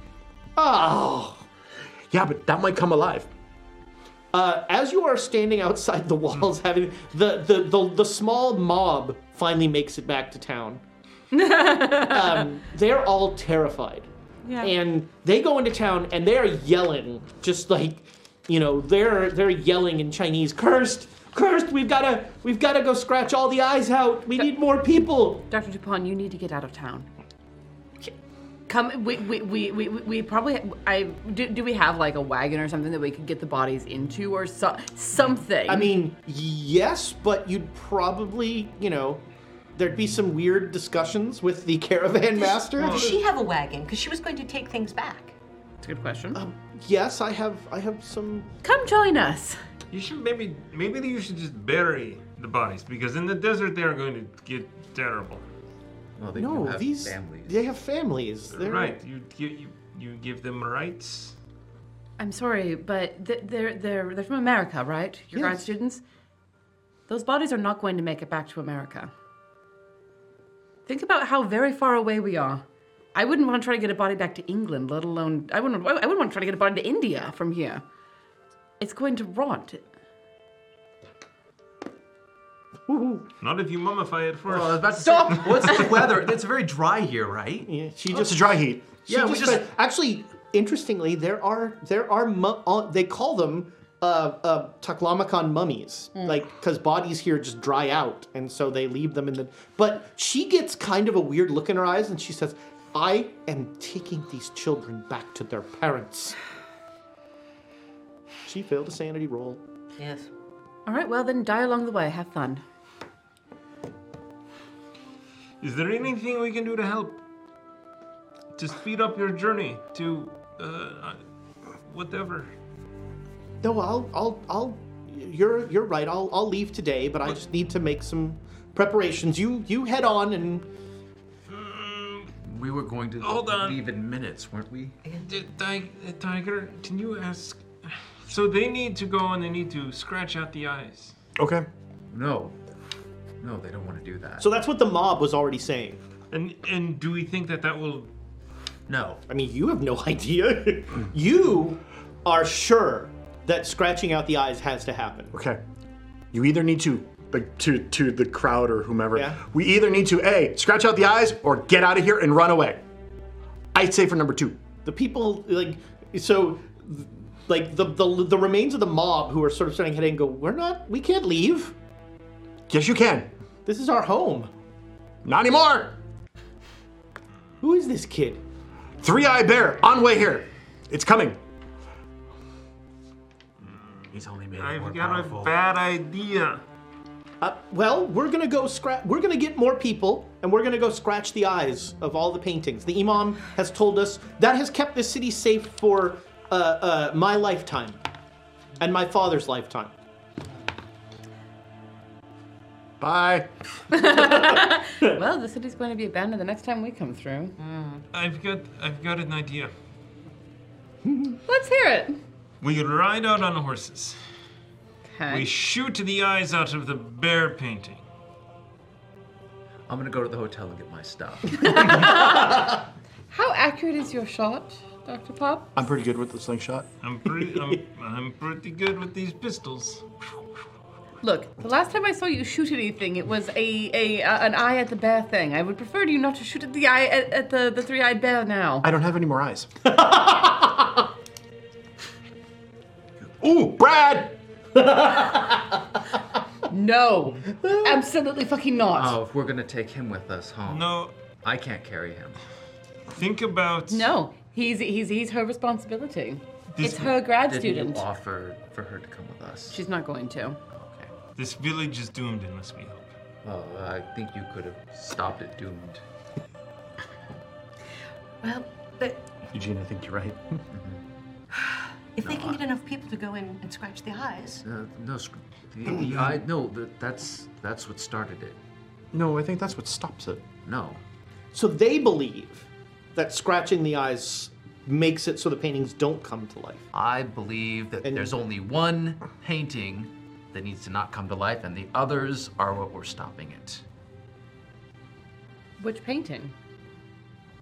S7: Oh.
S9: Yeah, but that might come alive.
S7: Uh, as you are standing outside the walls, having the the, the the small mob finally makes it back to town. um, they're all terrified,
S8: Yeah.
S7: and they go into town and they're yelling, just like, you know, they're they're yelling in Chinese, "Cursed, cursed! We've gotta we've gotta go scratch all the eyes out. We need more people."
S8: Dr. Dupont, you need to get out of town. Come, we, we, we, we, we probably, I, do, do we have like a wagon or something that we could get the bodies into or so, something?
S7: I mean, yes, but you'd probably, you know, there'd be some weird discussions with the caravan master.
S3: Does she have a wagon? Because she was going to take things back.
S8: it's a good question.
S7: um, Yes, I have. I have some.
S8: Come join us.
S1: You should maybe maybe you should just bury the bodies because in the desert they are going to get terrible.
S9: Oh,
S4: Well,
S7: no, oh, these they have families. They're
S1: right. You, you you you give them rights.
S8: I'm sorry, but th- they're, they're, they're from America, right? Your grad students? Those bodies are not going to make it back to America. Think about how very far away we are. I wouldn't want to try to get a body back to England, let alone I wouldn't. I wouldn't want to try to get a body to India from here. It's going to rot.
S1: Not if you mummify it first.
S4: Well, I was about to
S8: Stop!
S4: Say, what's the weather? It's very dry here, right?
S7: Yeah, she
S4: Oh, it's
S7: just
S4: a dry heat.
S7: She
S4: Yeah, we
S7: just,
S4: just-
S7: but actually interestingly there are there are mu- uh, they call them uh, uh, Taklamakan mummies, Like 'cause like because bodies here just dry out, and so they leave them in the. But she gets kind of a weird look in her eyes, and she says, "I am taking these children back to their parents." She failed a sanity roll.
S3: Yes.
S8: All right, well then, die along the way. Have fun.
S1: Is there anything we can do to help to speed up your journey to uh, uh, whatever?
S7: No, I'll, I'll, I'll. You're, you're right. I'll, I'll leave today, but I just need to make some preparations. You, you head on, and
S1: Mm,
S4: We were going to
S1: Hold on.
S4: leave in minutes, weren't we?
S1: D- Ti- Tiger, can you ask? So they need to go and they need to scratch out the eyes.
S9: Okay.
S4: No. No, they don't want to do that.
S7: so that's what the mob was already saying.
S1: And and do we think that that will?
S4: No.
S7: I mean, you have no idea. you are sure that scratching out the eyes has to happen.
S9: Okay. You either need to like, to to the crowd or whomever.
S7: Yeah.
S9: We either need to a scratch out the eyes or get out of here and run away. I'd say for number two.
S7: The people like so th- like the, the the remains of the mob who are sort of starting to head in go, we're not we can't leave.
S9: Yes, you can.
S7: This is our home.
S9: Not anymore.
S7: Who is this kid?
S9: Three Eye Bear on way here. It's coming.
S4: He's only made
S1: I've got a bad idea.
S7: Uh, well, we're gonna go scratch. We're gonna get more people, and we're gonna go scratch the eyes of all the paintings. The imam has told us that has kept this city safe for uh, uh, my lifetime, and my father's lifetime.
S9: Bye.
S8: well, the city's going to be abandoned the next time we come through.
S1: I've got I've got an idea.
S8: Let's hear it.
S1: We ride out on horses. We shoot the eyes out of the bear painting.
S4: I'm gonna go to the hotel and get my stuff.
S8: How accurate is your shot, Dr. Pop?
S9: I'm pretty good with the slingshot.
S1: I'm pretty I'm, I'm pretty good with these pistols.
S8: Look, the last time I saw you shoot anything, it was a, a, a an eye at the bear thing. I would prefer you not to shoot at the eye at, at the, the three-eyed bear now.
S9: I don't have any more eyes. Ooh, Brad!
S8: No, absolutely fucking not.
S4: oh, if we're gonna take him with us home.
S1: No.
S4: I can't carry him.
S1: Think about
S8: No, he's he's he's her responsibility.
S1: This-
S8: it's her grad
S4: Did
S8: student.
S4: you offer for her to come with us?
S8: She's not going to.
S1: This village is doomed unless we help.
S4: Well, I think you could have stopped it doomed.
S3: Well, but
S9: Eugene, I think you're right.
S3: if they can get enough people to go in and scratch the eyes,
S4: Uh, no, sc- the, the eye. No, the, that's that's what started it.
S9: No, I think that's what stops it.
S4: No.
S7: So they believe that scratching the eyes makes it so the paintings don't come to life.
S4: I believe that there's only one painting that needs to not come to life, and the others are what we're stopping it.
S8: Which painting?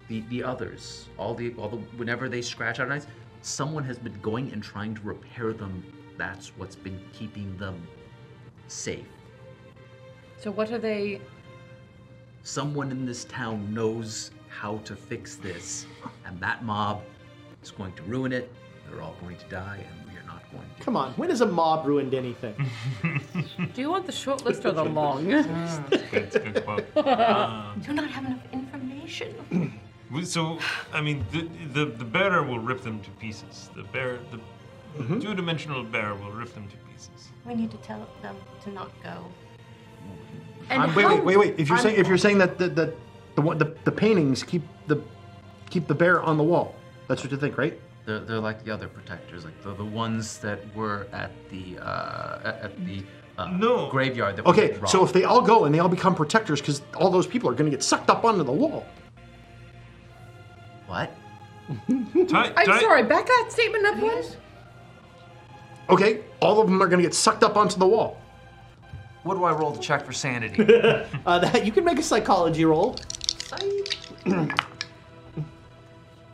S4: The the others, all the all the whenever they scratch our eyes, someone has been going and trying to repair them. That's what's been keeping them safe.
S8: So what are they?
S4: Someone in this town knows how to fix this, and that mob is going to ruin it. They're all going to die, and we are not going to.
S7: Come on, when has a mob ruined anything?
S8: Do you want the short list or the long?
S3: you do not have enough information.
S1: We- So, I mean, the, the the bear will rip them to pieces. The bear, the two-dimensional bear will rip them to pieces.
S3: We need to tell them to not go.
S9: I'm- wait, wait, wait, wait. If you're saying if you're saying that the the the, one- the the paintings keep the keep the bear on the wall, that's what you think, right?
S4: They're, they're like the other protectors, like the, the ones that were at the uh, at- at the uh, graveyard. That was
S9: Okay, so
S4: robbed.
S9: if they all go and they all become protectors, because all those people are going to get sucked up onto the wall.
S4: What?
S8: I'm sorry. Back that statement up once.
S9: Okay, all of them are going to get sucked up onto the wall.
S4: What do I roll to check for sanity?
S7: uh, that, you can make a psychology roll.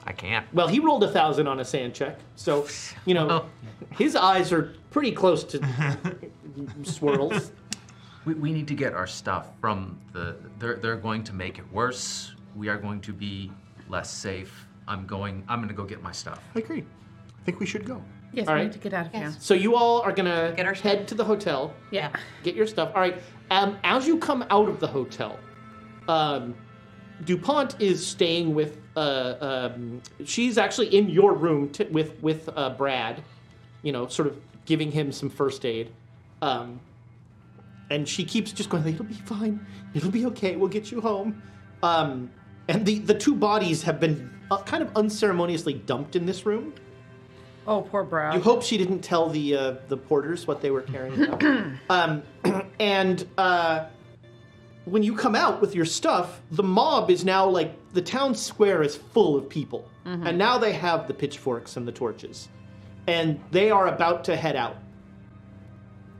S4: I can't.
S7: Well, he rolled a thousand on a sand check, so you know his eyes are pretty close to swirls.
S4: We, we need to get our stuff from the. They're they're going to make it worse. We are going to be less safe. I'm going. I'm gonna go get my stuff.
S9: I agree. I think we should go.
S8: Yes,
S7: All
S8: we
S7: right.
S8: need to get out of here.
S7: So you all are gonna head to the hotel.
S8: Yeah.
S7: Get your stuff. All right. Um, as you come out of the hotel, um, Dupont is staying with. Uh, um, she's actually in your room t- with with uh, Brad. You know, sort of giving him some first aid. Um, and she keeps just going, "It'll be fine. It'll be okay. We'll get you home." Um, and the the two bodies have been uh, kind of unceremoniously dumped in this room.
S8: Oh, poor Brad.
S7: You hope she didn't tell the uh, the porters what they were carrying. out. um, and uh, when you come out with your stuff, the mob is now like the town square is full of people,
S11: Mhm.
S7: and now they have the pitchforks and the torches, and they are about to head out.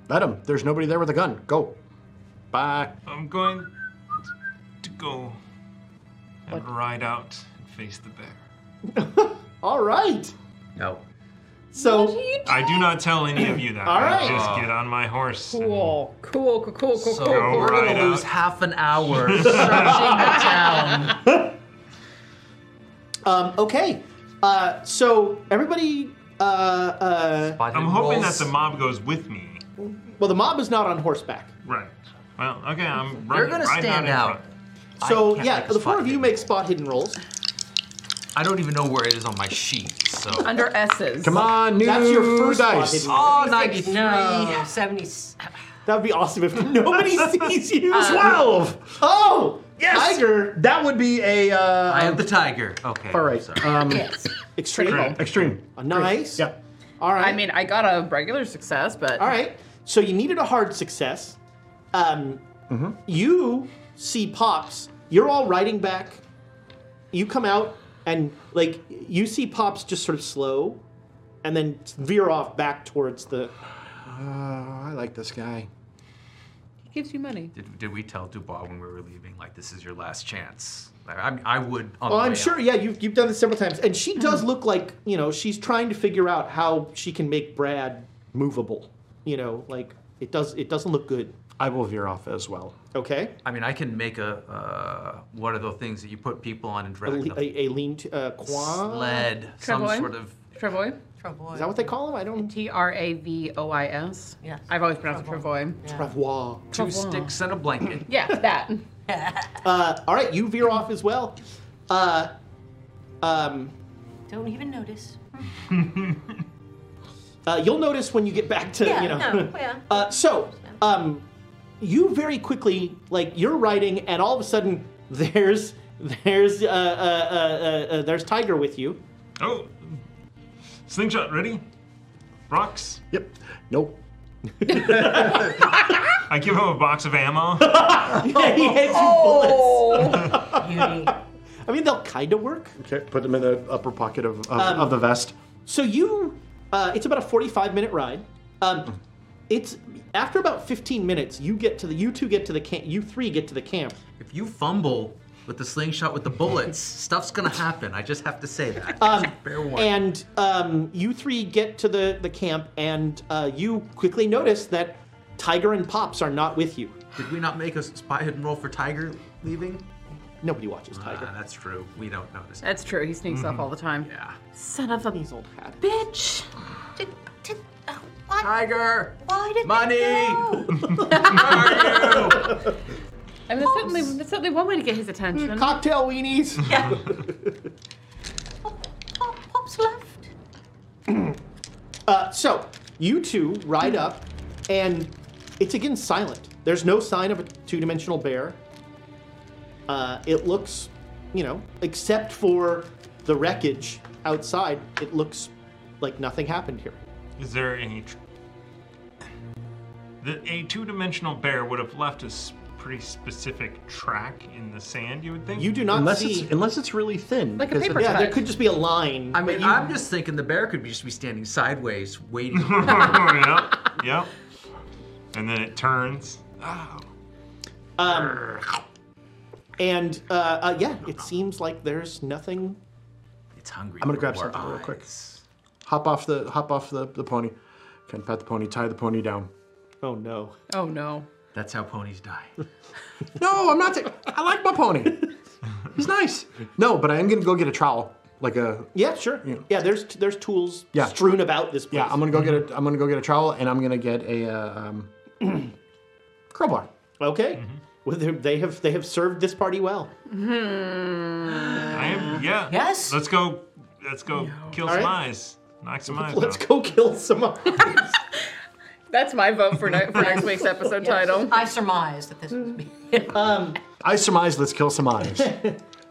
S9: Let them. There's nobody there with a gun. Go. Bye.
S1: I'm going to go and ride out and face the bear.
S7: All right.
S4: No.
S7: So
S1: I do not tell any of you that.
S7: All right.
S1: Just get on my horse.
S8: Cool, cool, cool, cool, cool,
S1: So
S8: cool. cool.
S1: we're gonna
S4: Lose half an hour.
S7: Um, okay. Uh, so everybody. Uh, uh,
S1: I'm hoping that the mob goes with me.
S7: Well, the mob is not on horseback.
S1: Right. Well, okay, I'm
S7: You're
S1: running
S7: gonna
S1: right
S7: stand
S1: in
S7: out.
S1: front.
S7: So
S4: can't
S7: yeah,
S4: make a
S7: the four of you make spot hidden rolls.
S4: I don't even know where it is on my sheet. So
S8: Under S's.
S7: Come on, new That's your first dice. spot hidden.
S4: Oh,
S3: 96,
S4: 93.
S3: No, 70.
S7: That would be awesome if nobody sees you.
S3: Uh,
S9: Twelve.
S7: Oh, yes. Tiger.
S9: That would be a. Uh,
S4: I am the tiger. Okay.
S9: All right. Um,
S7: Extreme.
S9: Extreme.
S7: Nice.
S9: Yeah.
S7: All right.
S8: I mean, I got a regular success, but
S7: All right. So you needed a hard success. Um, You see Pops. You're all riding back. You come out and like you see Pops just sort of slow, and then veer off back towards the.
S9: Uh, I like this guy.
S8: he gives you money.
S4: Did, did we tell Dubois when we were leaving, like, this is your last chance? I, I, I would. On
S7: Oh,
S4: the
S7: I'm
S4: way
S7: sure. Yeah, Hmm. you've you've done this several times, and she does look like you know she's trying to figure out how she can make Brad movable. You know, like it does. It doesn't look good.
S9: I will veer off as well.
S7: Okay.
S4: I mean, I can make a uh, what are those things that you put people on and
S7: A,
S4: drag
S7: le-
S4: them?
S7: a, a lean to, uh, quan?
S4: Sled, some
S8: Travoy?
S4: sort of.
S8: Travoy.
S7: Is that what they call him? I don't.
S8: T R A V O I S.
S3: Yes.
S8: I've always pronounced it Travoy.
S7: Travois.
S4: Two sticks and a blanket.
S8: Yeah, that.
S7: Uh, all right, you veer off as well. Uh, um,
S3: Don't even notice.
S7: uh, you'll notice when you get back to
S3: yeah,
S7: you know.
S3: no, yeah.
S7: Uh, so, um, you very quickly like you're riding, and all of a sudden there's there's uh, uh, uh, uh, uh, there's Tiger with you.
S1: Oh, slingshot ready? Rocks.
S9: Yep. Nope.
S1: I give him a box of ammo.
S7: he hits you bullets. I mean, they'll kind of work.
S9: Okay. Put them in the upper pocket of of,
S7: Um,
S9: of the vest.
S7: So you, uh, it's about a 45 minute ride. Um, it's after about 15 minutes, you get to the you two get to the camp. You three get to the camp.
S4: If you fumble with the slingshot with the bullets, stuff's gonna happen. I just have to say that.
S7: Uh,
S4: Fair warning.
S7: And um, you three get to the, the camp, and uh, you quickly notice that Tiger and Pops are not with you.
S4: Did we not make a spy hidden roll for Tiger leaving?
S7: Nobody watches Tiger.
S4: Ah, that's true. We don't notice.
S8: That's true. He sneaks
S7: Mm-hmm.
S8: off all the time.
S4: Yeah.
S8: Son of a
S7: These old hat.
S3: Bitch. Did, did, uh, why,
S4: Tiger!
S3: Why did they
S4: Money!
S3: go?
S8: I mean, that's certainly, that's certainly one way to get his attention.
S7: Cocktail weenies.
S3: Yeah. Pop, Pop's left.
S7: Uh, so you two ride up, and it's again silent. There's no sign of a two-dimensional bear. Uh, it looks, you know, except for the wreckage outside, it looks like nothing happened here.
S1: Is there any? Tr- the, a two-dimensional bear would have left a s- pretty specific track in the sand. You would think.
S7: You do not
S9: unless
S7: see.
S9: it's unless it's really thin.
S8: Like a
S9: because
S8: paper
S9: it-
S7: yeah, there
S8: cut.
S7: could just be a line.
S4: I
S7: but
S4: mean,
S7: you-
S4: I'm just thinking the bear could be just be standing sideways, waiting.
S1: yep. Oh, Yep. And then it turns. Oh.
S7: Um, and uh, uh, yeah, it seems like there's nothing.
S4: it's hungry.
S9: I'm gonna
S4: for
S9: grab
S4: more
S9: something real quick.
S4: eyes.
S9: Hop off the hop off the, the pony. Can pat the pony. Tie the pony down.
S7: Oh no.
S8: Oh no.
S4: That's how ponies die.
S9: No, I'm not. Ta- I like my pony. He's nice. No, but I am gonna go get a trowel. Like a
S7: Yeah, sure. Yeah, there's there's tools
S9: Yeah.
S7: strewn about this place.
S9: yeah. I'm gonna go get a. I'm gonna go get a trowel, and I'm gonna get a uh, um, crowbar.
S7: Okay. Well, they- they have they have served this party well.
S1: I am. Yeah.
S3: Yes?
S1: Let's go. Let's go kill
S7: Uh, All
S1: some
S7: right.
S1: eyes. Knock some eyes
S7: Let's
S1: out.
S7: go kill some.
S8: That's my vote for, ni- for next week's episode title.
S3: I surmise that this was me.
S7: um.
S9: I surmise. Let's kill some eyes.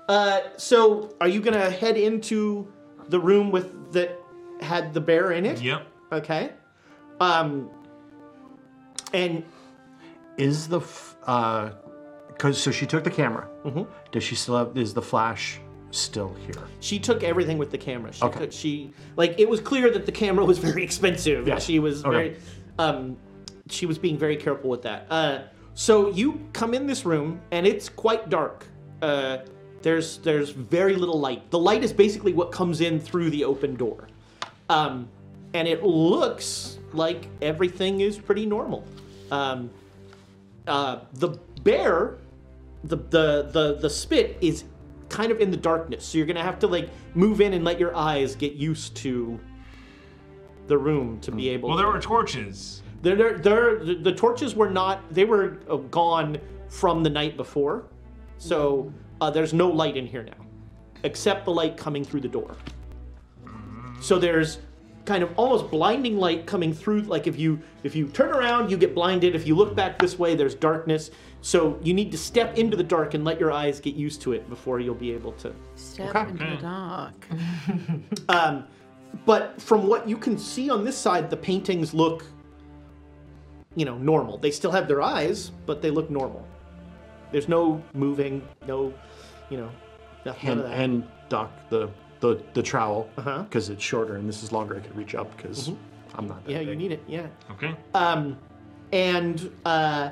S7: Uh. So, are you gonna head into the room with that had the bear in it?
S1: Yep.
S7: Okay. Um. And
S9: Is the f- uh, cause so she took the camera. Mm-hmm. Does she still have? Is the flash still here?
S7: she took everything with the camera. She
S9: Okay.
S7: took, she like it was clear that the camera was very expensive.
S9: Yeah.
S7: She was
S9: Okay.
S7: very um she was being very careful with that. Uh so you come in this room and it's quite dark. Uh there's there's very little light. The light is basically what comes in through the open door. Um and it looks like everything is pretty normal. Um, uh, the bear, the, the the the spit is kind of in the darkness, so you're gonna have to like move in and let your eyes get used to the room to be able.
S1: Hmm. Well, there
S7: to-
S1: were torches.
S7: There, there, there, the, the torches were not. They were uh, gone from the night before, so uh, there's no light in here now, except the light coming through the door. So there's kind of almost blinding light coming through. Like if you if you turn around, you get blinded. If you look back this way, there's darkness. So you need to step into the dark and let your eyes get used to it before you'll be able to.
S8: Step
S1: Hmm.
S8: into the dark.
S7: Um, but from what you can see on this side, the paintings look, you know, normal. They still have their eyes, but they look normal. There's no moving, no, you know, nothing
S9: Hand,
S7: of that.
S9: hand dock the the, the trowel
S7: Uh-huh.
S9: because it's shorter and this is longer. I could reach up because
S7: Mhm.
S9: I'm not. That
S7: yeah, you need it. Yeah.
S1: Okay.
S7: Um, and uh,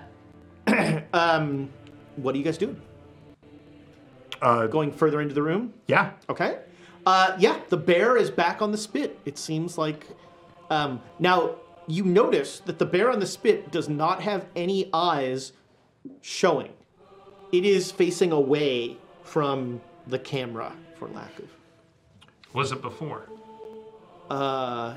S7: um, what are you guys doing?
S9: Uh,
S7: Going further into the room.
S9: Yeah.
S7: Okay. Uh, yeah, the bear is back on the spit. It seems like. Um, now you notice that the bear on the spit does not have any eyes showing. It is facing away from the camera, for lack of.
S1: Was it before?
S7: Uh,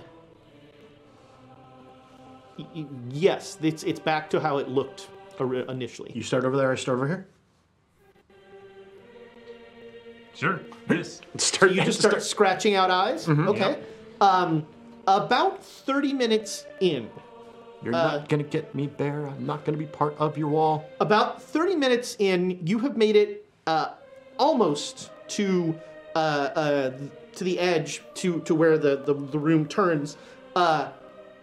S7: y- y- yes, it's it's back to how it looked ori- initially.
S9: You start over there. I start over here.
S1: Sure. Yes.
S7: So you just start scratching out eyes.
S9: Mhm.
S7: Okay. Um, about thirty minutes in,
S9: You're
S7: Uh,
S9: not gonna get me, bear. I'm not gonna be part of your wall.
S7: about thirty minutes in, you have made it uh, almost to uh, uh, to the edge to to where the the, the room turns, uh,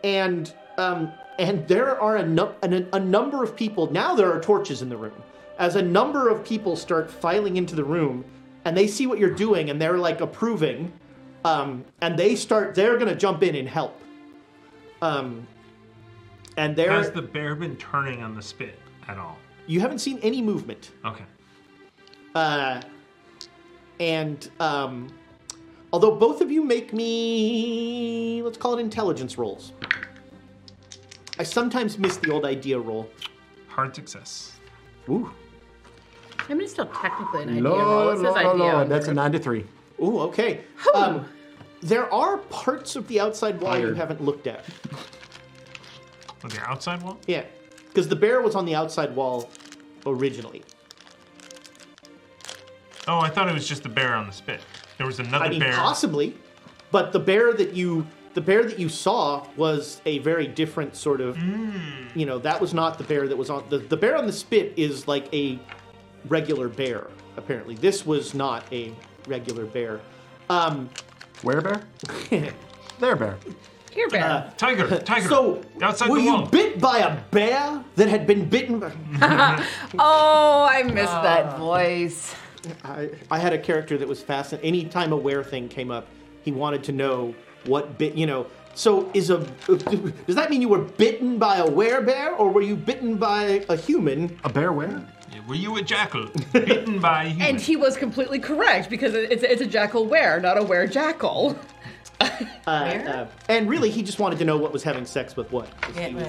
S7: and um, and there are a, num- an, a number of people now. There are torches in the room as a number of people start filing into the room, and they see what you're doing, and they're like approving, um, and they start. They're gonna jump in and help. Um, and there,
S1: Has the bear been turning on the spit at all?
S7: you haven't seen any movement.
S1: Okay.
S7: Uh, and um, although both of you make me, let's call it intelligence rolls. I sometimes miss the old idea roll.
S1: Hard success.
S9: Ooh.
S8: I mean, it's still technically an idea roll. It says idea. on
S9: That's a nine to three.
S7: Ooh, okay. Um, there are parts of the outside wall you
S9: Tired.
S7: haven't looked at.
S1: Was Oh, the outside wall?
S7: Yeah, because the bear was on the outside wall originally.
S1: Oh, I thought it was just the bear on the spit. There was another
S7: I mean,
S1: bear.
S7: possibly, but the bear that you the bear that you saw was a very different sort of.
S1: Hmm.
S7: You know, that was not the bear that was on the the bear on the spit is like a regular bear. Apparently, this was not a regular bear. Um,
S9: Where bear? there bear.
S8: Here, bear.
S1: tiger, tiger.
S7: So
S1: outside
S7: were
S1: the
S7: you
S1: wall.
S7: bit by a bear that had been bitten? By...
S8: oh, I missed that voice.
S7: I, I had a character that was fascinated. Anytime a where thing came up, he wanted to know what bit, you know. So is a does that mean you were bitten by a bear or were you bitten by a human?
S9: A bear where?
S1: Were you a jackal bitten by a human?
S8: And he was completely correct because it- it's, it's a jackal wear, not a wear jackal.
S7: Uh, uh, and really, he just wanted to know what was having sex with what. 'cause he, was,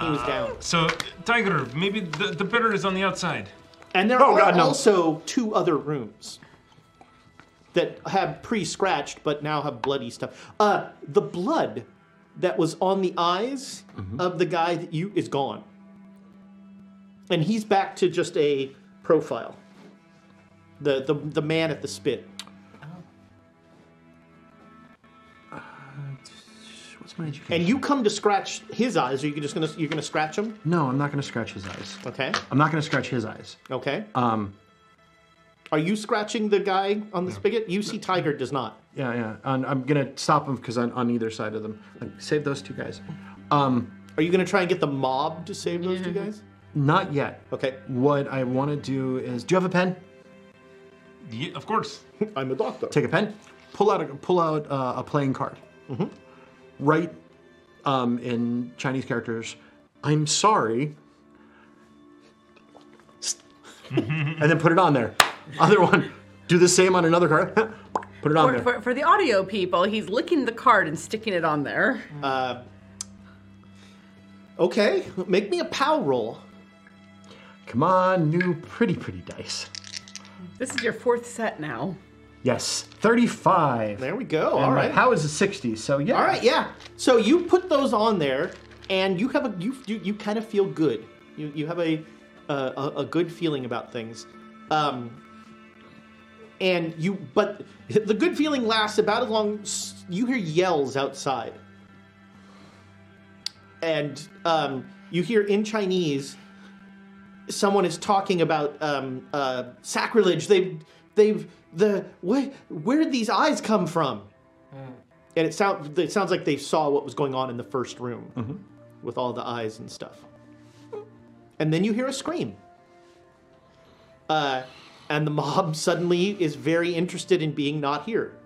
S7: he was down.
S1: So, tiger, maybe the, the bear is on the outside.
S7: And there
S1: Oh,
S7: are
S1: God, no.
S7: also two other rooms that have pre-scratched but now have bloody stuff. Uh, the blood that was on the eyes of the guy that you is gone, and he's back to just a profile. The the the man at the spit.
S9: What's my education?
S7: And you come to scratch his eyes. Are you just gonna you're gonna scratch him?
S9: No, I'm not gonna scratch his eyes.
S7: Okay.
S9: I'm not gonna scratch his eyes.
S7: Okay.
S9: Um.
S7: Are you scratching the guy on the spigot? You see, Tiger does not.
S9: Yeah, yeah. And I'm gonna stop him because on, on either side of them. Like, save those two guys. Um.
S7: Are you gonna try and get the mob to save those two guys?
S9: Not yet.
S7: Okay.
S9: What I want to do is, do you have a pen?
S1: Yeah, of course.
S7: I'm a doctor.
S9: Take a pen. Pull out a pull out uh, a playing card.
S7: Mm-hmm.
S9: Write um, in Chinese characters. I'm sorry. and then put it on there. Other one. Do the same on another card. Put it on
S8: For,
S9: there.
S8: for, for the audio people, he's licking the card and sticking it on there.
S7: Uh, okay, make me a pow roll.
S9: Come on, new pretty, pretty dice.
S8: This is your fourth set now.
S9: Yes, 35.
S7: There we go.
S9: and
S7: all
S9: my
S7: right.
S9: Pow is a 60, so yeah.
S7: All right, yeah. So you put those on there, and you have a you you, you kind of feel good. You you have a uh, a, a good feeling about things, um, and you but the good feeling lasts about as long. s- You hear yells outside, and um, you hear in Chinese. Someone is talking about um, uh, sacrilege. They've they've the what? Where did these eyes come from? And it sounds it sounds like they saw what was going on in the first room with all the eyes and stuff. And then you hear a scream. Uh, and the mob suddenly is very interested in being not here.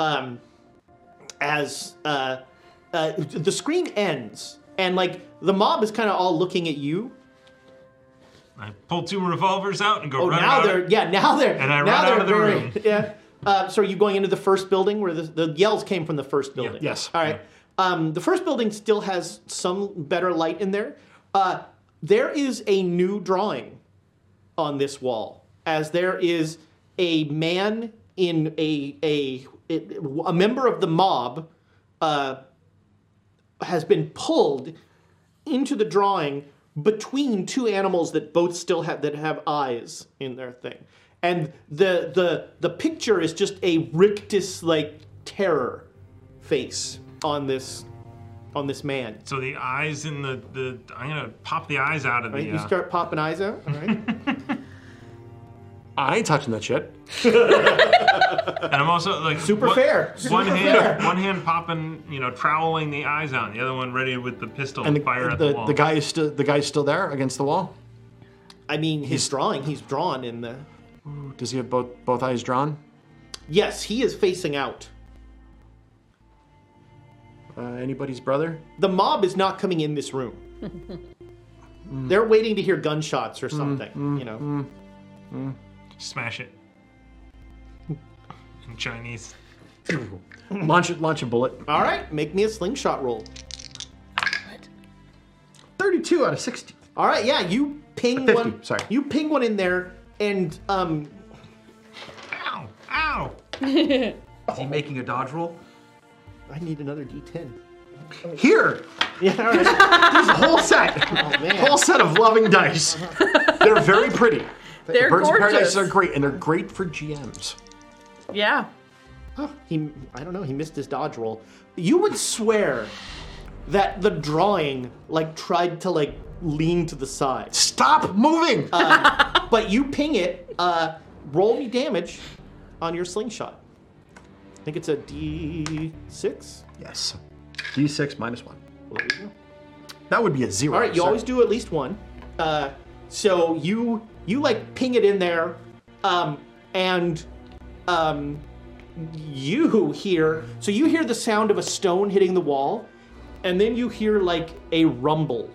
S7: Um, as uh, uh, the scream ends, and like the mob is kind of all looking at you.
S1: I pull two revolvers out and go
S7: Oh,
S1: run
S7: now
S1: out.
S7: they're yeah now they're
S1: And I
S7: now
S1: run out
S7: they're
S1: of the
S7: very-
S1: room.
S7: Yeah. Uh, so are you going into the first building where the, the yells came from? The first building.
S9: Yes.
S7: All right. Um, the first building still has some better light in there. Uh, there is a new drawing on this wall, as there is a man in a a a member of the mob uh, has been pulled into the drawing between two animals that both still have that have eyes in their thing. And the the the picture is just a rictus like terror face on this on this man.
S1: So the eyes in the, the I'm gonna pop the eyes out of the.
S7: Right? You
S1: uh,
S7: start popping eyes out, all right?
S9: I ain't touching that shit.
S1: and I'm also like
S7: Super
S1: one-
S7: fair,
S1: one
S7: super
S1: hand,
S7: fair.
S1: one hand popping, you know, troweling the eyes out. and The other one ready with the pistol
S9: And
S1: and
S9: the,
S1: fire at
S9: the,
S1: the, wall.
S9: the guy is still the guy's still there against the wall.
S7: I mean, his drawing, he's drawn in the
S9: Does he have both both eyes drawn?
S7: Yes, he is facing out.
S9: Uh, anybody's brother?
S7: The mob is not coming in this room. They're waiting to hear gunshots or something, you know.
S1: Smash it. In Chinese.
S9: launch it. Launch a bullet.
S7: All right, make me a slingshot roll.
S9: Thirty-two out of sixty.
S7: All right, yeah, you ping
S9: 50,
S7: one.
S9: sorry.
S7: you ping one in there, and um,
S1: Ow! Ow!
S4: Is he making a dodge roll?
S7: I need another D10.
S9: Here.
S7: Yeah, all right. Oh,
S9: There's a whole set.
S7: man.
S9: Whole set of loving dice. They're very pretty.
S8: They're
S9: Birds of Paradise
S8: gorgeous.
S9: are great, and they're great for GMs.
S8: Yeah.
S7: Huh, he, I don't know, he missed his dodge roll. You would swear that the drawing like tried to like lean to the side,
S9: Stop moving.
S7: but you ping it. Uh, roll me damage on your slingshot. I think it's a D6.
S9: yes. D6 minus one.
S7: Well, there you go.
S9: That would be a zero.
S7: All right, you
S9: so-
S7: always do at least one. Uh, so you you like ping it in there, um, and um, you hear so you hear the sound of a stone hitting the wall, and then you hear like a rumble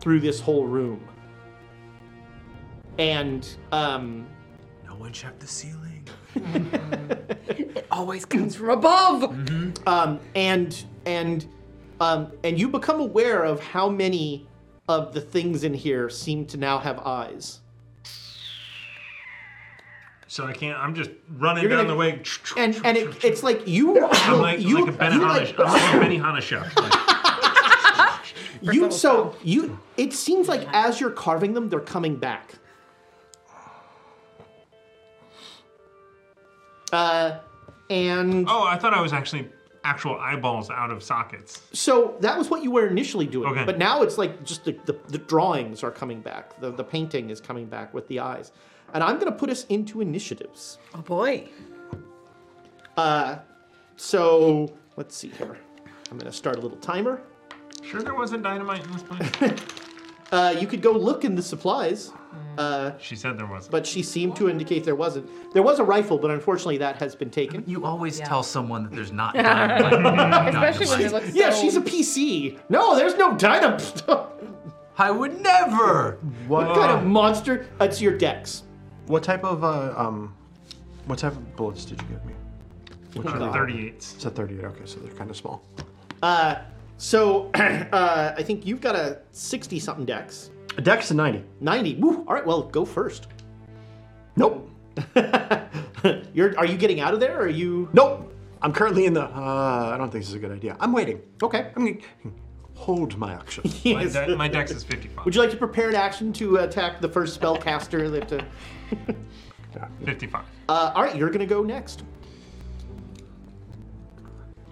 S7: through this whole room, and um,
S4: No one checked the ceiling.
S8: Always comes from above.
S7: um, and and um, and you become aware of how many of the things in here seem to now have eyes.
S1: So I can't. I'm just running
S7: You're
S1: down
S7: gonna-
S1: the way.
S7: and and it, it's like you
S1: I'm like,
S7: you
S1: like a Benny
S7: you
S1: Hanna. I'm like a Benny Hanna chef. Like,
S7: you so you it seems like as you're carving them they're coming back uh and
S1: oh, I thought I was actually actual eyeballs out of sockets.
S7: so that was what you were initially doing
S1: Okay.
S7: but now it's like just the, the, the drawings are coming back the, the painting is coming back with the eyes and i'm going to put us into initiatives
S8: Oh boy.
S7: uh so let's see here i'm going to start a little timer
S1: Sure, there wasn't dynamite in this place.
S7: uh you could go look in the supplies uh
S1: she said there wasn't.
S7: but she seemed to indicate there wasn't. There was a rifle, but unfortunately that has been taken.
S4: You always tell someone that there's not dynamite.
S8: Especially when you look so.
S7: Yeah, she's a PC. No, there's no dynam.
S4: I would never.
S7: what kind
S1: Uh.
S7: of monster? It's your dex.
S9: What type of uh, um, what type of bullets did you give me?
S1: Which are 38s.
S9: It's a 38, okay, so they're kind of small.
S7: Uh, so uh, I think you've got a 60 something dex.
S9: A dex to 90.
S7: 90. Woo. All right, well, go first.
S9: Nope.
S7: You're, are you getting out of there? Or are you.
S9: Nope. I'm currently in the. Uh, I don't think this is a good idea. I'm waiting.
S7: Okay.
S9: I'm going to hold my action.
S1: My, de- my dex is 55.
S7: Would you like to prepare an action to attack the first spellcaster? they have to.
S1: 55.
S7: Uh, all right, you're going to go next.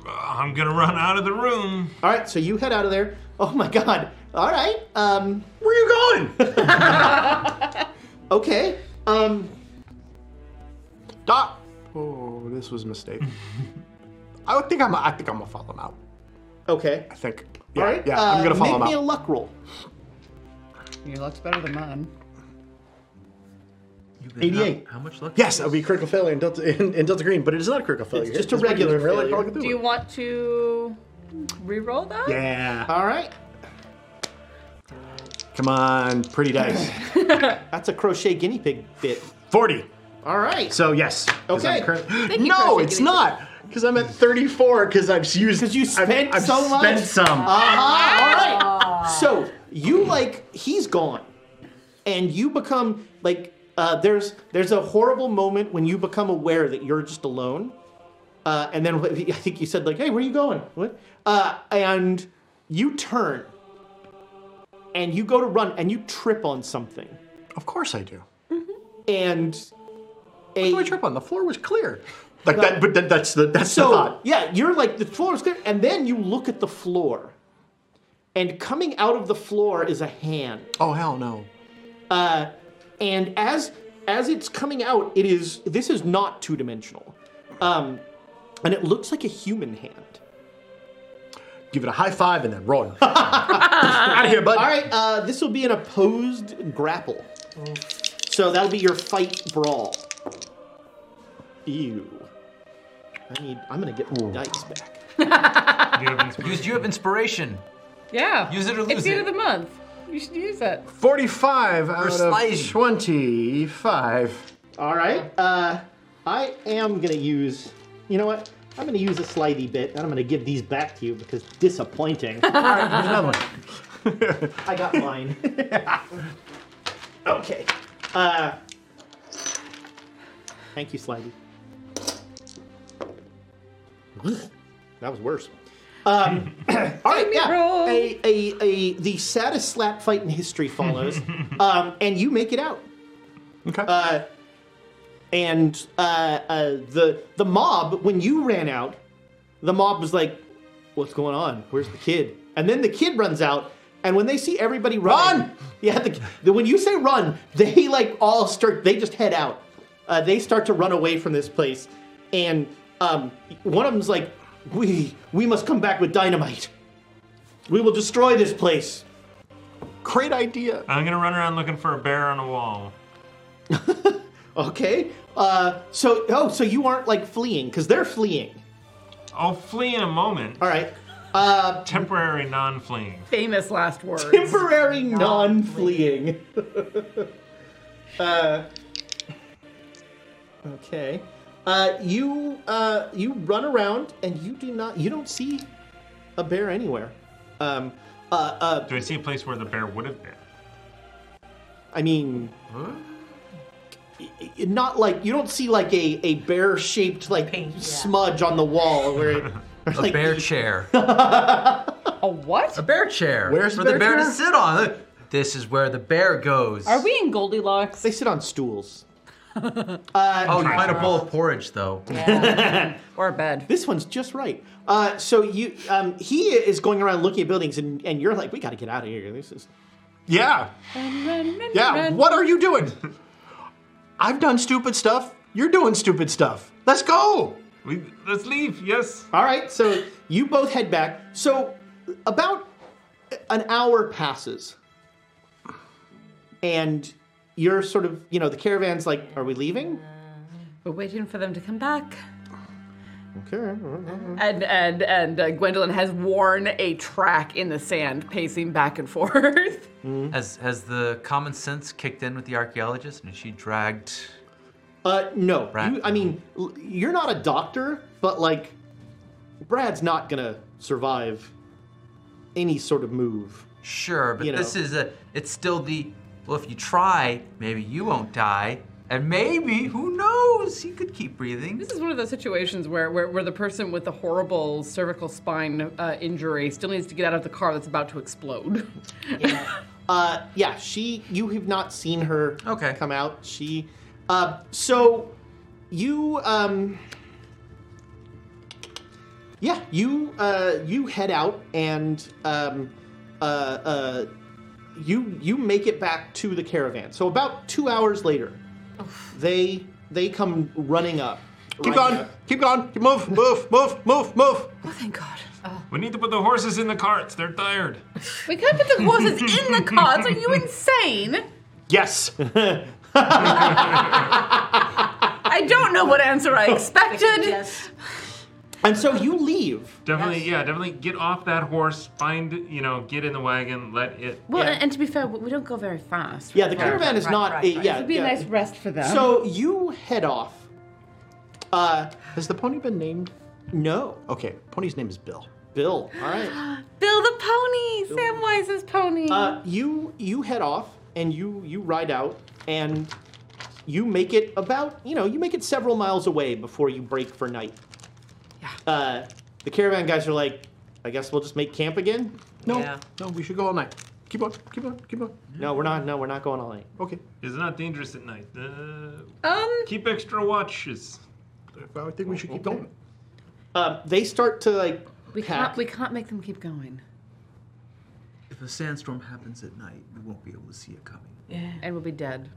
S1: I'm gonna run out of the room.
S7: All right, so you head out of there. Oh my god. All right. Um,
S9: Where are you going?
S7: okay. Um,
S9: Dot. Oh, this was a mistake. I would think I'm. I think I'm gonna follow him out.
S7: okay.
S9: I think. Yeah,
S7: all right.
S9: yeah. I'm
S7: uh,
S9: gonna follow
S7: Make
S9: him
S7: me a
S9: out.
S7: luck roll.
S8: Your luck's better than mine.
S4: You got
S9: 88.
S4: How, how much luck?
S9: yes, that would be critical failure in Delta in, in Delta Green, but it is not a critical failure.
S7: It's just a
S9: what you
S7: regular
S9: roll like
S7: failure.
S9: Call of
S8: Do
S9: Cthulhu.
S8: you want to re-roll that?
S9: Yeah.
S7: All right.
S9: Come on, pretty dice.
S7: That's a crochet guinea pig bit.
S9: Forty.
S7: All right.
S9: So yes. 'cause I'm
S7: Okay.
S9: current-
S8: you,
S9: no,
S8: crochet
S9: it's
S8: guinea
S9: not. Because I'm at 34. Because I've used.
S7: Because you
S9: I've-
S7: spent
S9: I've,
S7: so much.
S9: spent some.
S7: Uh-huh. All right. So you like he's gone, and you become like uh, there's there's a horrible moment when you become aware that you're just alone, uh, and then I think you said like, "Hey, where you going?" What? Uh, and you turn, and you go to run, and you trip on something,
S9: of course I do.
S7: and
S9: What
S7: a
S9: do I trip on? The floor was clear. Like that, but that, that's the that's the
S7: So
S9: thought.
S7: yeah, you're like the floor is clear, and then you look at the floor, and coming out of the floor is a hand.
S9: Oh hell no.
S7: Uh, and as as it's coming out, it is this is not two dimensional, um, and it looks like a human hand.
S9: Give it a high five and then roll. out of here, bud.
S7: All right, uh, this will be an opposed grapple, so that'll be your fight brawl. Ew. I need. I'm gonna get the dice back.
S1: Do you have inspiration?
S4: Because you have inspiration.
S8: Yeah.
S4: Use it or lose
S8: it's the end
S4: it.
S8: of the month. You should use it.
S9: 45 out
S4: sliding.
S9: of 25.
S7: All right. Uh, I am gonna use. You know what? I'm gonna use a slithy bit, and I'm gonna give these back to you because disappointing.
S9: Another one.
S7: I got mine. okay. Uh, thank you, Slidey. that was worse. Um, all right, yeah.
S8: roll.
S7: A, a, a, the saddest slap fight in history follows, um, and you make it out.
S9: Okay.
S7: Uh, and uh, uh, the the mob, when you ran out, the mob was like, "What's going on? Where's the kid?" And then the kid runs out, and when they see everybody running,
S9: Run!
S7: yeah, the, the, when you say run, they like all start. They just head out. Uh, they start to run away from this place, and um, one of them's like, "We we must come back with dynamite. We will destroy this place."
S9: Great idea.
S1: I'm gonna run around looking for a bear on a wall.
S7: Okay. Uh, so oh, so you aren't like fleeing because they're fleeing.
S1: I'll flee in a moment.
S7: All right. Uh,
S1: Temporary non-fleeing.
S8: Famous last words.
S7: temporary non-fleeing. uh, okay. Uh, you uh, you run around and you do not you don't see a bear anywhere. Um, uh, uh,
S1: Do I see a place where the bear would have been?
S7: I mean, y- y- not like you don't see like a, a bear shaped like smudge on the wall where it, or,
S4: A
S7: like,
S4: bear chair.
S8: A what?
S4: A bear chair.
S9: Where's
S4: for
S9: the
S4: the
S9: bear
S4: bear to
S9: chair?
S4: sit on? Look, This is where the bear goes.
S8: Are we in Goldilocks?
S7: they sit on stools.
S4: Oh, you find a bowl of porridge though.
S8: Or a bed?
S7: This one's just right. Uh, so you, um, he is going around looking at buildings, and, and you're like, we got to get out of here. This is
S9: Yeah. Yeah. What are you doing? I've done stupid stuff. You're doing stupid stuff. Let's go.
S1: We, let's leave. Yes.
S7: all right. So you both head back. So about an hour passes, and you're sort of, you know, the caravan's like, are we leaving?
S8: We're waiting for them to come back.
S7: Okay.
S8: And and and uh, Gwendolyn has worn a track in the sand, pacing back and forth.
S4: Has has the common sense kicked in with the archaeologist, and is she dragged
S7: Uh, no. You, I mean, l- you're not a doctor, but like, Brad's not gonna survive any sort of move.
S4: Sure, but
S7: You know.
S4: this is a. It's still the. Well, if you try, maybe you won't die, and maybe who knows? He could keep breathing.
S8: This is one of those situations where, where, where the person with the horrible cervical spine uh, injury still needs to get out of the car that's about to explode.
S7: Uh, yeah, she. You have not seen her.
S4: Okay.
S7: Come out. She. Uh, so, you. Um, yeah, you. Uh, you head out and. Um, uh, uh, you you make it back to the caravan. So about two hours later, they they come running up.
S9: Keep going,
S7: Keep going. Move. Move. Move. Move. Move.
S1: We need to put the horses in the carts. They're tired.
S8: we can't put the horses in the cars. Are you insane?
S7: Yes.
S8: I don't know what answer I expected.
S7: And so you leave.
S1: Definitely, yeah, definitely get off that horse. Find, you know, get in the wagon. Let it.
S8: Well, and, and to be fair, we we don't go very fast.
S7: Yeah, the caravan is not a- yeah,
S8: This would be
S7: yeah.
S8: a nice rest for them.
S7: So you head off. Uh,
S9: Has the pony been named?
S7: No.
S9: Okay, pony's name is Bill.
S7: Bill. All right.
S8: Bill the pony, Samwise's pony.
S7: Uh, you you head off and you you ride out and you make it about you know you make it several miles away before you break for night. Yeah. Uh, the caravan guys are like, I guess we'll just make camp again.
S9: No, no, we should go all night. Keep on, keep on, keep on.
S7: No, we're not. No, we're not going all night.
S9: Okay.
S1: It's not dangerous at night. Uh,
S8: um.
S1: Keep extra watches.
S9: I think we should keep going.
S7: Uh, they start to like.
S8: we
S7: pack.
S8: can't. We can't make them keep going.
S4: If a sandstorm happens at night, we won't be able to see it coming.
S8: Yeah. And we'll be dead.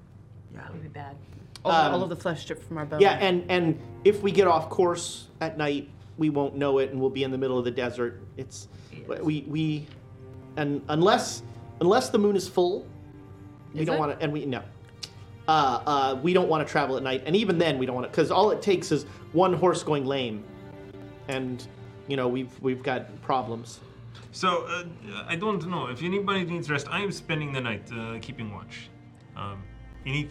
S4: Yeah.
S8: We'll
S4: be
S8: bad. All,
S7: Um,
S8: all of the flesh stripped from our bones.
S7: Yeah, and and if we get off course at night, we won't know it, and we'll be in the middle of the desert. It's we we, and unless unless the moon is full, we
S8: Is
S7: don't
S8: it?
S7: want to, and we no. Uh, uh, we don't want to travel at night, and even then we don't want to, because all it takes is one horse going lame, and you know we've we've got problems.
S1: So, uh, I don't know. If anybody needs rest, I am spending the night uh, keeping watch. Um, any,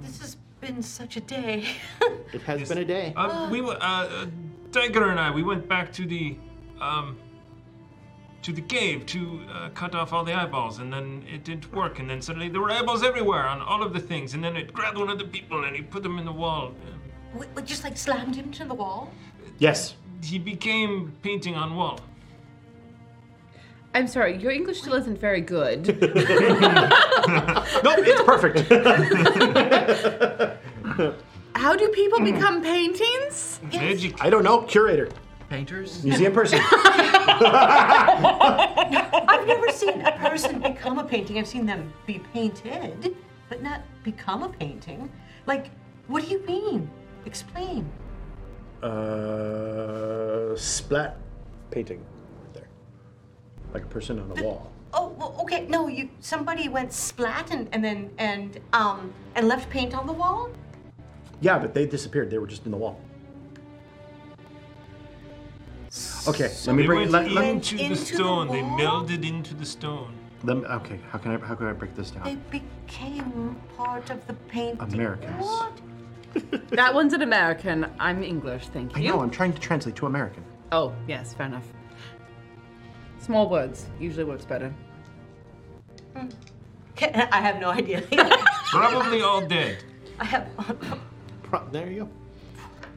S3: This has been such a day.
S7: It has been a day.
S1: Uh, we went, uh, uh, Dagger and I, we went back to the, um, to the cave to uh, cut off all the eyeballs, and then it didn't work, and then suddenly there were eyeballs everywhere on all of the things, and then it grabbed one of the people and he put them in the wall.
S3: we, we just like slammed him to the wall.
S7: Yes.
S1: He became painting on wall.
S8: I'm sorry, your English still isn't very good.
S9: No, it's perfect.
S8: How do people become paintings?
S1: Magic.
S9: I don't know. Curator.
S4: Painters?
S9: Museum person.
S3: I've never seen a person become a painting. I've seen them be painted, but not become a painting. Like, what do you mean? Explain.
S9: Uh, splat painting right there. Like a person on a wall.
S3: Oh, well, okay. No, you. Somebody went splat and, and then and um and left paint on the wall.
S9: Yeah, but they disappeared. They were just in the wall. Okay, let me
S1: they
S9: bring.
S1: went
S9: Let, let,
S1: into the stone. they melded into the stone.
S9: let me- okay, how can I how can I break this down?
S3: They became part of the painting.
S9: Americans.
S3: What?
S8: that one's an American. I'm English, thank
S9: I
S8: you.
S9: know. I'm trying to translate to American.
S8: Oh, yes, fair enough. Small words usually works better.
S3: I have no idea.
S1: Probably all dead.
S3: I have.
S7: Pro- there you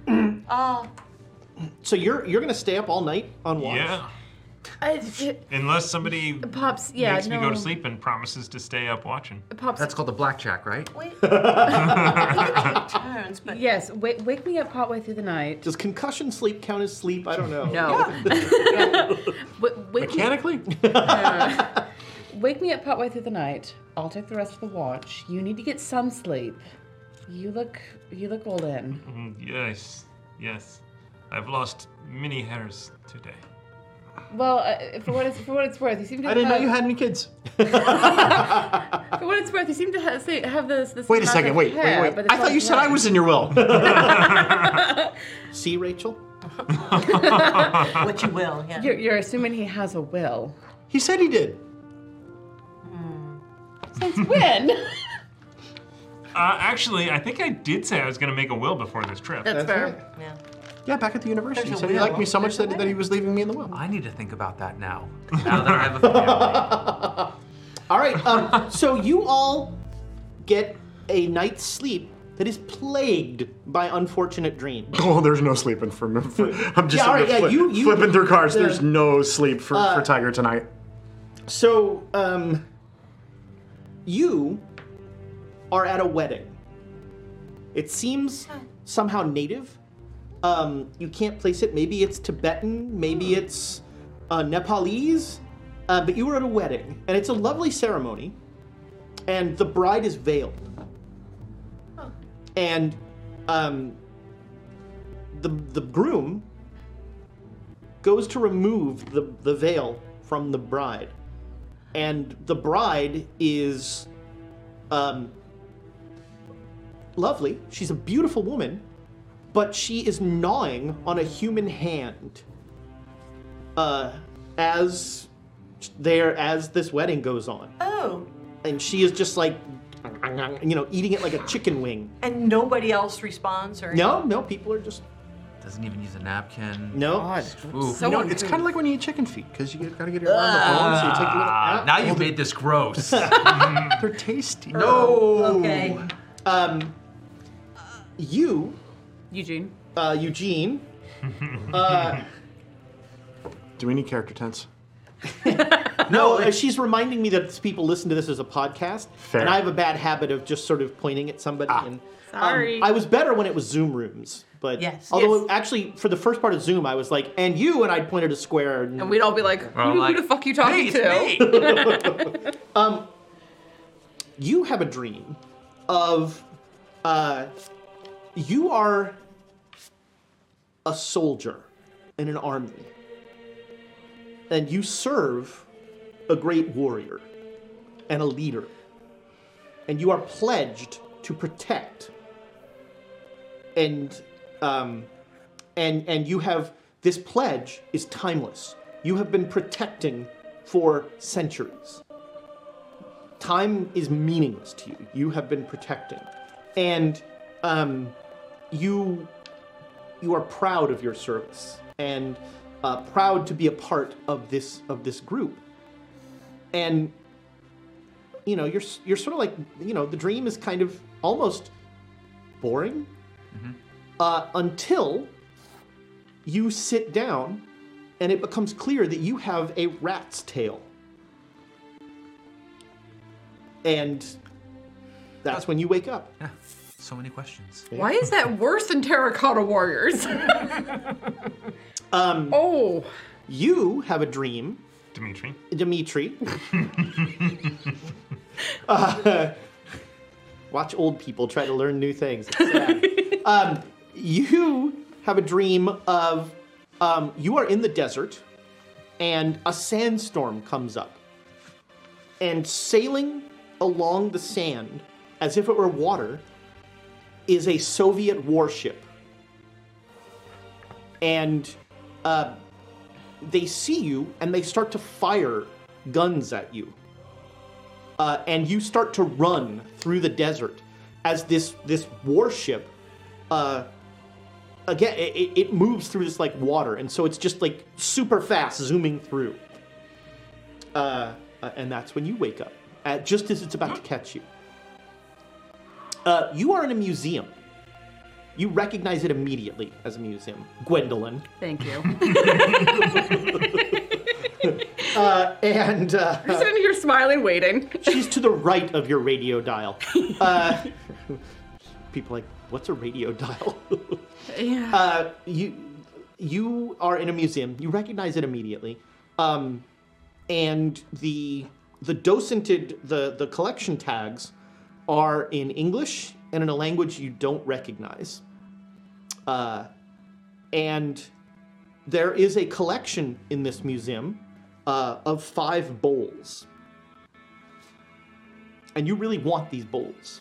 S7: go.
S8: Uh.
S3: Oh,
S7: So you're you're gonna stay up all night on watch.
S1: Yeah. Unless somebody
S8: Pops, yeah,
S1: makes me go
S8: no.
S1: to sleep and promises to stay up watching.
S8: Pops.
S4: That's called the blackjack, right?
S3: turns, but
S8: Yes, wake, wake me up partway through the night.
S7: Does concussion sleep count as sleep? I don't know.
S8: No. W- wake, me,
S9: Mechanically?
S8: wake me up partway through the night. I'll take the rest of the watch. You need to get some sleep. You look, you look all in.
S1: Mm, Yes, yes. I've lost many hairs today.
S8: Well, uh, for what it's for what it's worth, you seem to.
S9: I didn't know
S8: have,
S9: you had any kids.
S8: For what it's worth, you seem to have, say, have this. this
S9: Wait a
S8: amount
S9: second.
S8: of
S9: Wait,
S8: hair,
S9: wait,
S8: but
S9: wait.
S8: it's
S9: I thought
S8: not
S9: you said I
S8: blood.
S9: was in your will.
S7: See, Rachel.
S3: what you will. Yeah.
S8: You're, you're assuming he has a will.
S9: he said he did.
S8: Since when?
S1: Uh, actually, I think I did say I was going to make a will before this trip.
S3: That's That's fair. right.
S1: Yeah.
S9: Yeah, back at the university.
S1: There's
S9: He
S1: a
S9: said he
S1: will.
S9: liked me so much that, that he was leaving me in the will.
S4: I need to think about that now.
S7: All right. Um, so you all get a night's sleep that is plagued by unfortunate dreams.
S9: Oh, there's no sleeping for me. For, I'm just
S7: Yeah, all right,
S9: sitting there
S7: yeah,
S9: flip-
S7: you- you-
S9: flipping through cards.
S7: the-
S9: there's no sleep for,
S7: Uh,
S9: for Tiger tonight.
S7: So, um, you are at a wedding. It seems somehow native. Um, you can't place it. Maybe it's Tibetan. Maybe it's uh, Nepalese. Uh, but you were at a wedding, and it's a lovely ceremony. And the bride is veiled. And um, the the groom goes to remove the, the veil from the bride. And the bride is um, lovely. She's a beautiful woman, but she is gnawing on a human hand uh, as there as this wedding goes on.
S3: Oh,
S7: And she is just like, you know, eating it like a chicken wing.
S3: and nobody else responds or
S7: No, no, people are just
S4: Doesn't even use a napkin.
S7: No.
S4: Oof.
S9: you know, it's kind of like when you eat chicken feet because you gotta get it around the bone, so you take a little.
S4: Ah,
S7: Uh,
S9: out.
S4: now you made this gross.
S9: They're tasty.
S4: Ah. No.
S7: Okay. Um, you,
S8: Eugene.
S7: uh, Eugene, uh,
S9: Do we need character tense?
S7: no, uh, she's reminding me that people listen to this as a podcast,
S9: Fair.
S7: and I have a bad habit of just sort of pointing at somebody. And um,
S8: Sorry.
S7: I was better when it was Zoom rooms, but
S8: Yes.
S7: although actually for the first part of Zoom, I was like, "And you," and I'd point at a square, and,
S8: And we'd all be like, who,
S7: Well, like,
S8: who the fuck you talking
S7: "Hey, it's
S8: to?
S7: um, you have a dream of uh, you are a soldier in an army and you serve a great warrior and a leader and you are pledged to protect and um, and and you have this pledge is timeless you have been protecting for centuries time is meaningless to you. You have been protecting, and um, you you are proud of your service and uh, proud to be a part of this of this group. And you know you're s- you're sort of like you know the dream is kind of almost boring uh, until you sit down and it becomes clear that you have a rat's tail and that's when you wake up.
S4: So many questions.
S8: Why is that worse than Terracotta Warriors?
S7: Um,
S8: oh.
S7: You have a dream.
S1: Dimitri.
S7: Dimitri. Uh, watch old people try to learn new things. It's sad. um, you have a dream of um, you are in the desert and a sandstorm comes up. And sailing along the sand as if it were water is a Soviet warship. And uh, they see you and they start to fire guns at you. Uh, and you start to run through the desert as this this warship uh, again it, it- it moves through this like water and so it's just like super fast zooming through uh, uh, and that's when you wake up uh, just as it's about to catch you uh, you are in a museum you recognize it immediately as a museum gwendolyn
S8: Thank you.
S7: uh, and uh,
S8: I'm sitting here smiling, waiting.
S7: She's to the right of your radio dial. Uh, people are like, what's a radio dial?
S8: Yeah.
S7: Uh, you you are in a museum. You recognize it immediately, um, and the the docented the the collection tags are in English and in a language you don't recognize. Uh, and there is a collection in this museum uh, of five bowls, and you really want these bowls,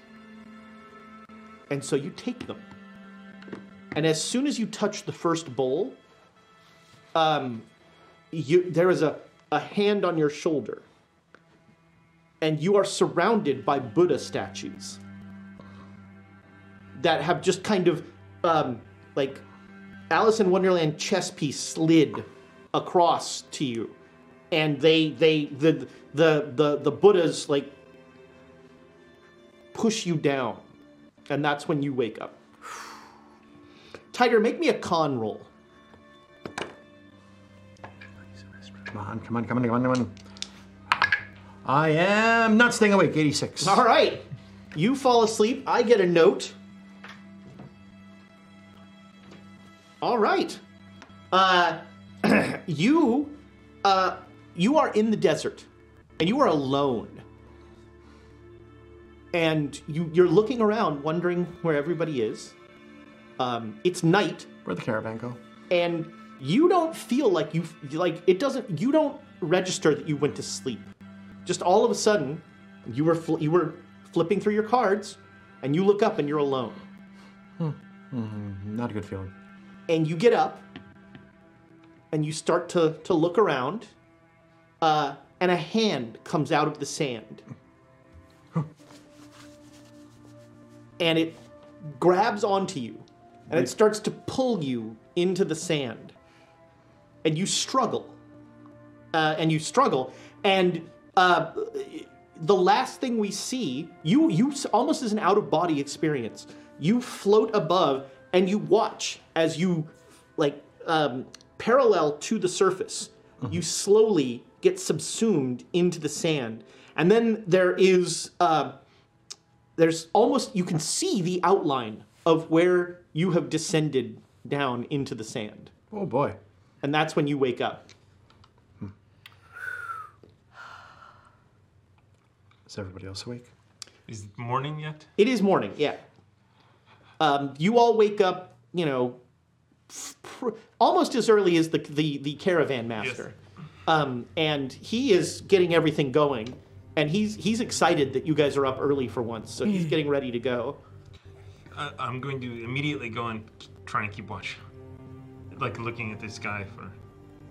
S7: and so you take them. And as soon as you touch the first bowl, um, you there is a, a hand on your shoulder. And you are surrounded by Buddha statues. that have just kind of um, like Alice in Wonderland chess piece slid across to you, and they they the the the the Buddhas like push you down, and that's when you wake up. Tiger, make me a con roll.
S9: Come on, come on, come on, come on, come on. I am not staying awake, 86.
S7: All right. You fall asleep. I get a note. All right. Uh, you, uh, you are in the desert, and you are alone. And you, you're looking around, wondering where everybody is. Um, it's night.
S9: Where'd the caravan go?
S7: And you don't feel like you like it doesn't. You don't register that you went to sleep. Just all of a sudden, you were fl- you were flipping through your cards, and you look up and you're alone.
S9: Mm, not a good feeling.
S7: and you get up and you start to, to look around uh, and a hand comes out of the sand and it grabs onto you and it starts to pull you into the sand and you struggle uh, and you struggle and uh, the last thing we see you you s- almost as an out of body experience you float above and you watch as you like um, parallel to the surface you slowly get subsumed into the sand and then there is uh, there's almost you can see the outline of where you have descended down into the sand
S9: Oh boy.
S7: and that's when you wake up
S9: Is everybody else awake?
S1: Is it morning yet?
S7: It is morning, yeah. Um, you all wake up, you know, f- pr- almost as early as the the, the caravan master, um, and he is getting everything going, and he's he's excited that you guys are up early for once, so
S8: Mm.
S7: he's getting ready to go.
S1: I, Uh, I'm going to immediately go and k- try and keep watch. Like looking at the sky for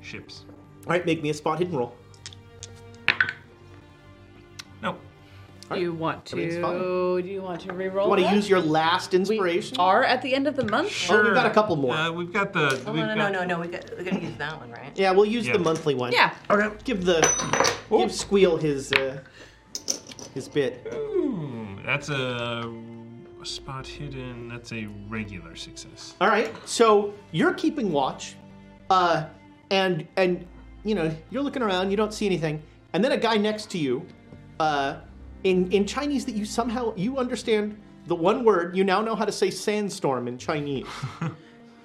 S1: ships.
S7: All right, make me a spot hidden roll.
S1: No.
S8: Do you want to?
S7: Everything's
S8: Do you want to reroll?
S7: Want to
S8: that?
S7: use your last inspiration?
S8: Are at the end of the month.
S7: Oh, we've got a couple more.
S1: Uh, we've got the.
S3: Oh, no, no, no, no, no. We got, we're going to use that one, right?
S7: Yeah, we'll use
S1: Yeah.
S7: the monthly one.
S8: Yeah.
S7: Okay. Give the give Squeal his uh, his bit.
S1: Ooh, that's a, a spot hidden. That's a regular success.
S7: All right. So you're keeping watch, uh, and and you know you're looking around. You don't see anything, and then a guy next to you, uh, in in Chinese that you somehow you understand the one word. You now know how to say sandstorm in Chinese,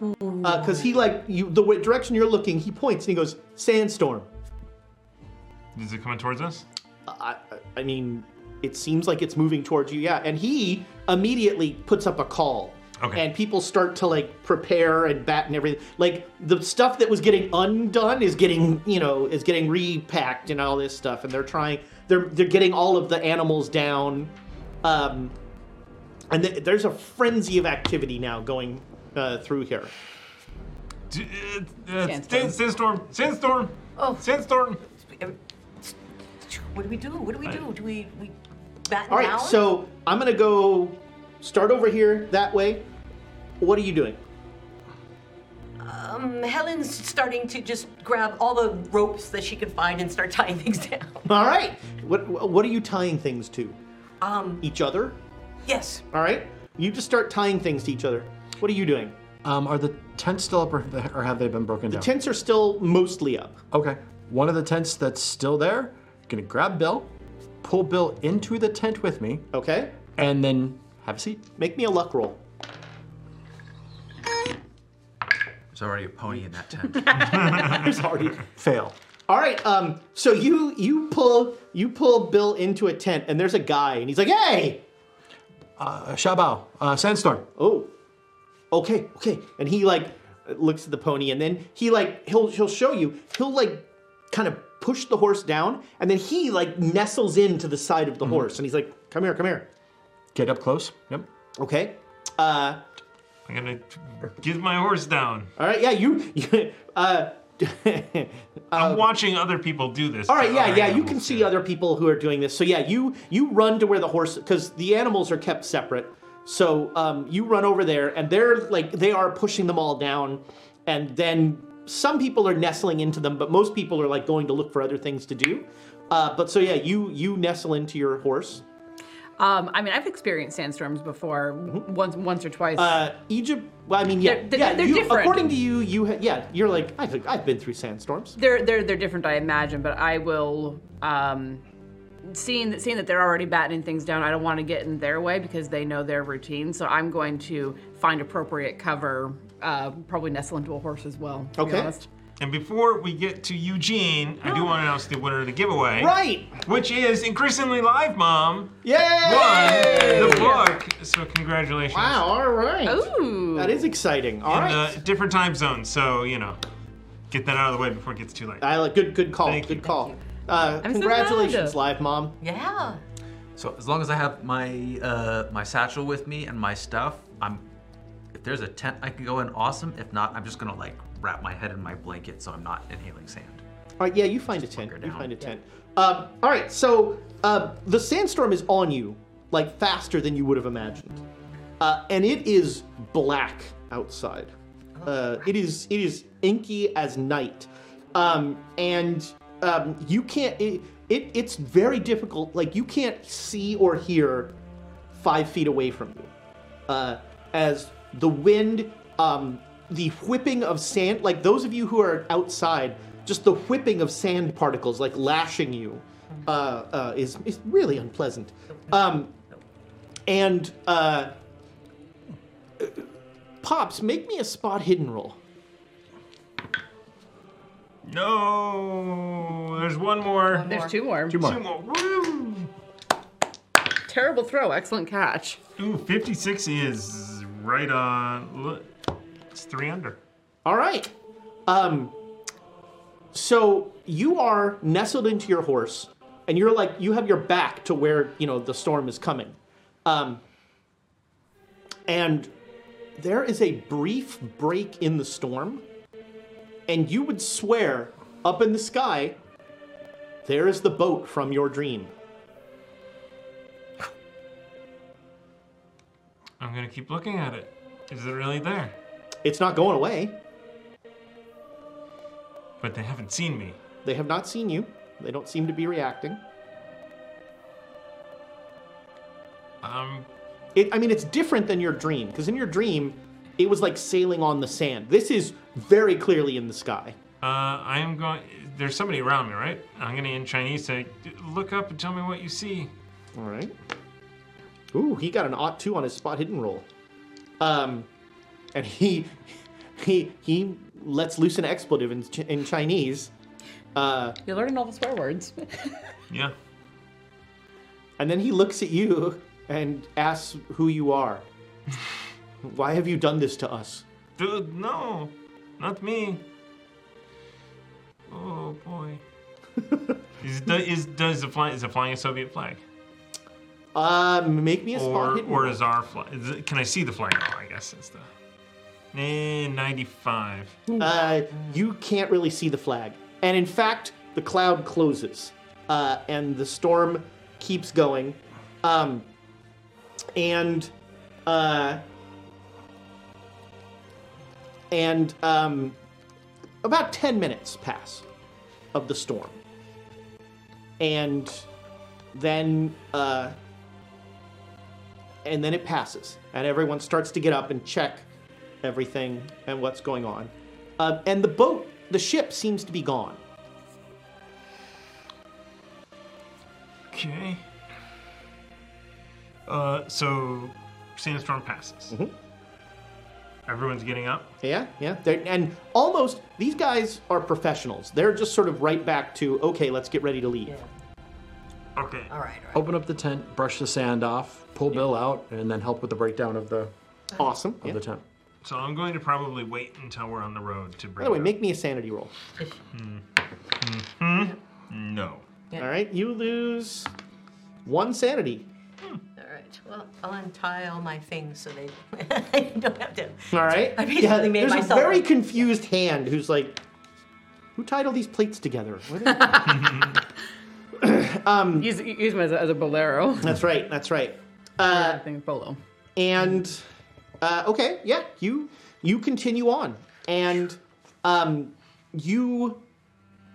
S7: because he like you the way, direction you're looking. He points and he goes sandstorm.
S1: Is it coming towards us?
S7: I, I- I mean, it seems like it's moving towards you, yeah. And he immediately puts up a call.
S1: Okay.
S7: And people start to like prepare and bat and everything. Like the stuff that was getting undone is getting, you know, is getting repacked and all this stuff. And they're trying, they're they're getting all of the animals down, um, and th- there's a frenzy of activity now going uh, through here.
S1: D- uh, uh, sand- Sandstorm. Sandstorm. Oh. Sandstorm.
S3: What do we do? What do we do? Do we we batten
S7: All right,
S3: down?
S7: so I'm gonna go start over here that way. What are you doing?
S3: um, Helen's starting to just grab all the ropes that she can find and start tying things down.
S7: All right. What what are you tying things to?
S3: Um,
S7: Each other.
S3: yes.
S7: All right. You just start tying things to each other. What are you doing?
S9: Um, are the tents still up or, or have they been broken
S7: The
S9: down?
S7: tents are still mostly up.
S9: Okay. One of the tents that's still there, gonna grab Bill, pull Bill into the tent with me.
S7: Okay.
S9: And then have a seat.
S7: Make me a luck roll.
S4: There's already a pony in that tent.
S7: There's already
S9: fail.
S7: All right. Um. So you you pull you pull Bill into a tent, and there's a guy, and he's like, "Hey,
S9: Uh, Shabao, uh, Sandstorm.
S7: Oh, okay, okay. And he like looks at the pony, and then he like he'll he'll show you. He'll like kind of push the horse down, and then he like nestles into the side of the horse, and he's like, "Come here, come here."
S9: Get up close. Yep.
S7: Okay. Uh,
S1: I'm gonna t- get my horse down.
S7: all right. Yeah. You. you uh,
S1: I'm watching other people do this.
S7: all right.
S1: to
S7: Yeah.
S1: other
S7: Yeah. You
S1: animals.
S7: can see other people who are doing this. So yeah, you you run to where the horse because the animals are kept separate. So um, you run over there, and they're like they are pushing them all down, and then some people are nestling into them, but most people are like going to look for other things to do. Uh, but so yeah, you you nestle into your horse.
S8: Um, I mean, I've experienced sandstorms before, once, once or twice.
S7: Mm-hmm. Uh, Egypt. Well, I mean, yeah,
S8: They're- they're-
S7: yeah.
S8: they're
S7: you-
S8: different.
S7: According to you, you ha- yeah, you're like I've, I've been through sandstorms.
S8: They're they're they're different, I imagine, but I will um, seeing that seeing that they're already battening things down. I don't want to get in their way because they know their routine. So I'm going to find appropriate cover, uh, probably nestle into a horse as well. To Be honest.
S1: And before we get to Eugene, I do want to announce the winner of the giveaway.
S7: Right.
S1: Which is increasingly live, mom.
S7: Yay!
S1: Won the book. So congratulations.
S7: Wow. All right.
S1: Oh.
S8: Ooh.
S7: That is exciting. All
S1: in uh,
S7: right.
S1: the different time zone, so you know, get that out of the way before it gets too late.
S7: I like good good call. good call. Uh,
S1: I'm so
S7: congratulations,
S1: proud.
S7: live mom.
S3: Yeah.
S4: So as long as I have my uh, my satchel with me and my stuff, I'm. If there's a tent I can go in, awesome. If not, I'm just gonna like wrap my head in my blanket so I'm not inhaling sand.
S7: All right, yeah, you find a tent. You find a tent. Um, all right, so uh, the sandstorm is on you, like faster than you would have imagined, uh, and it is black outside.
S1: Oh,
S7: Uh, it is it is inky as night, um, and um, you can't. It, it it's very difficult. Like you can't see or hear five feet away from you. Uh, as the wind, um, the whipping of sand, like those of you who are outside, just the whipping of sand particles, like lashing you, uh, uh, is, is really unpleasant. Um, and uh, Pops, make me a spot hidden roll.
S1: No, there's one more.
S8: There's two more.
S1: Two more. Two more. Woo!
S8: Terrible throw. Excellent catch.
S1: Ooh, 56 is right on. Look, it's three under.
S7: All right. Um, so you are nestled into your horse, and you're like you have your back to where you know the storm is coming, um, and there is a brief break in the storm, and you would swear up in the sky, there is the boat from your dream.
S1: I'm gonna keep looking at it. Is it really there?
S7: It's not going away.
S1: But they haven't seen me.
S7: They have not seen you. They don't seem to be reacting.
S1: Um,
S7: It, I mean, it's different than your dream because in your dream, it was like sailing on the sand. This is very clearly in the sky.
S1: uh, I am going. There's somebody around me, right? I'm gonna in Chinese say, "D- "Look up and tell me what you see."
S7: All right. Ooh, he got an ought two on his spot hidden roll. Um, and he he he lets loose an expletive in, Ch- in Chinese. Uh,
S8: You're learning all the swear words.
S1: Yeah.
S7: And then he looks at you and asks who you are. Why have you done this to us?
S1: Dude, no, not me. Oh boy. is, do- is does the fly, is it flying a Soviet flag?
S7: Uh, make me a spot
S1: or
S7: hidden.
S1: or
S7: roll.
S1: is our flag? Is it- can I see the flag? now? I guess it's the. Eh, 95.
S7: Uh, you can't really see the flag. And in fact, the cloud closes uh, and the storm keeps going. Um, and uh, and um, about 10 minutes pass of the storm. And then uh, and then it passes, and everyone starts to get up and check everything and what's going on. Um, and the boat, the ship, seems to be gone.
S1: Okay. Uh, so sandstorm passes.
S7: Mm-hmm.
S1: Everyone's getting up.
S7: Yeah, yeah. They're, and almost these guys are professionals. They're just sort of right back to okay, let's get ready to leave.
S1: Okay.
S3: All right.
S9: Open up the tent, brush the sand off, pull Bill out, and then help with the breakdown of the
S7: awesome
S9: of the tent.
S1: So I'm going to probably wait until we're on the road to
S7: By
S1: bring.
S7: the way,
S1: it
S7: make me a sanity roll.
S1: up. Hmm? No.
S7: All right, you lose one sanity.
S3: All right. Well, I'll untie all my things so they I don't have to.
S7: All right.
S3: I basically made
S7: there's
S3: myself-
S7: a very confused hand who's like, "Who tied all these plates together?" What
S8: use use them as a, as a bolero.
S7: That's right. That's right. Uh,
S8: bolero.
S7: And uh, okay, yeah, you you continue on, and um, you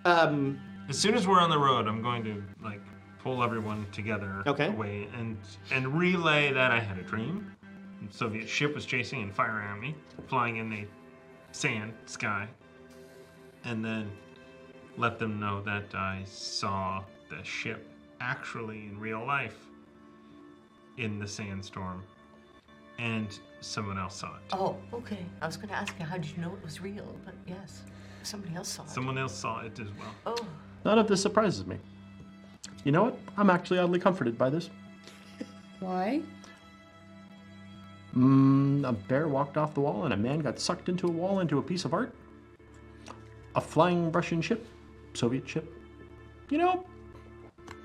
S7: um,
S1: As soon as we're on the road, I'm going to like pull everyone together
S7: Okay.
S1: away and and relay that I had a dream. A Soviet ship was chasing and firing at me, flying in the sand sky, and then let them know that I saw the ship actually in real life in the sandstorm, and someone else saw it.
S3: Oh, okay. I was going to ask you, how did you know it was real? But yes, somebody else saw it.
S1: Someone else saw it as well.
S3: Oh,
S9: None of this surprises me. You know what? I'm actually oddly comforted by this.
S8: Why?
S9: Mm, a bear walked off the wall and a man got sucked into a wall into a piece of art. A flying Russian ship, Soviet ship. You know,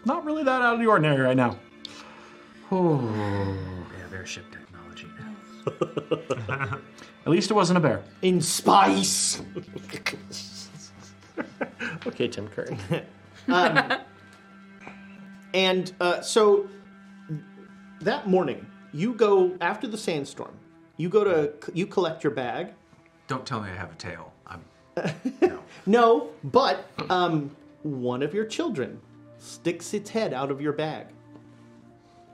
S9: not really that out of the ordinary right now. Oh.
S4: have airship technology now.
S9: At least it wasn't a bear.
S7: In spice.
S9: okay, Tim Curry.
S7: um, and uh, so that morning, you go after the sandstorm. You go to you collect your bag.
S4: Don't tell me I have a tail. I'm
S7: No, but um, one of your children sticks its head out of your bag.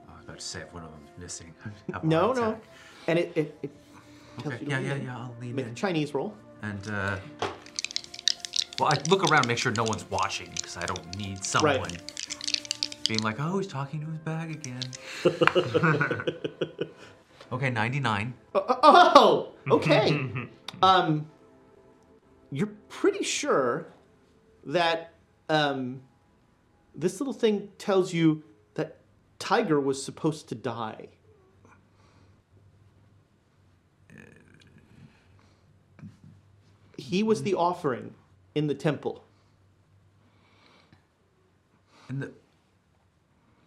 S4: I was about to say if one of them's missing.
S7: No, no, and it it, it tells
S4: Okay,
S7: you to
S4: yeah,
S7: lean
S4: yeah,
S7: in.
S4: yeah, I'll lean
S7: Make a
S4: in.
S7: Chinese roll.
S4: And uh well, I look around, make sure no one's watching, because I don't need someone being like, "Oh, he's talking to his bag again." okay, ninety-nine.
S7: Oh, okay. um, you're pretty sure that um, this little thing tells you that Tiger was supposed to die. He was the offering in the temple.
S4: In the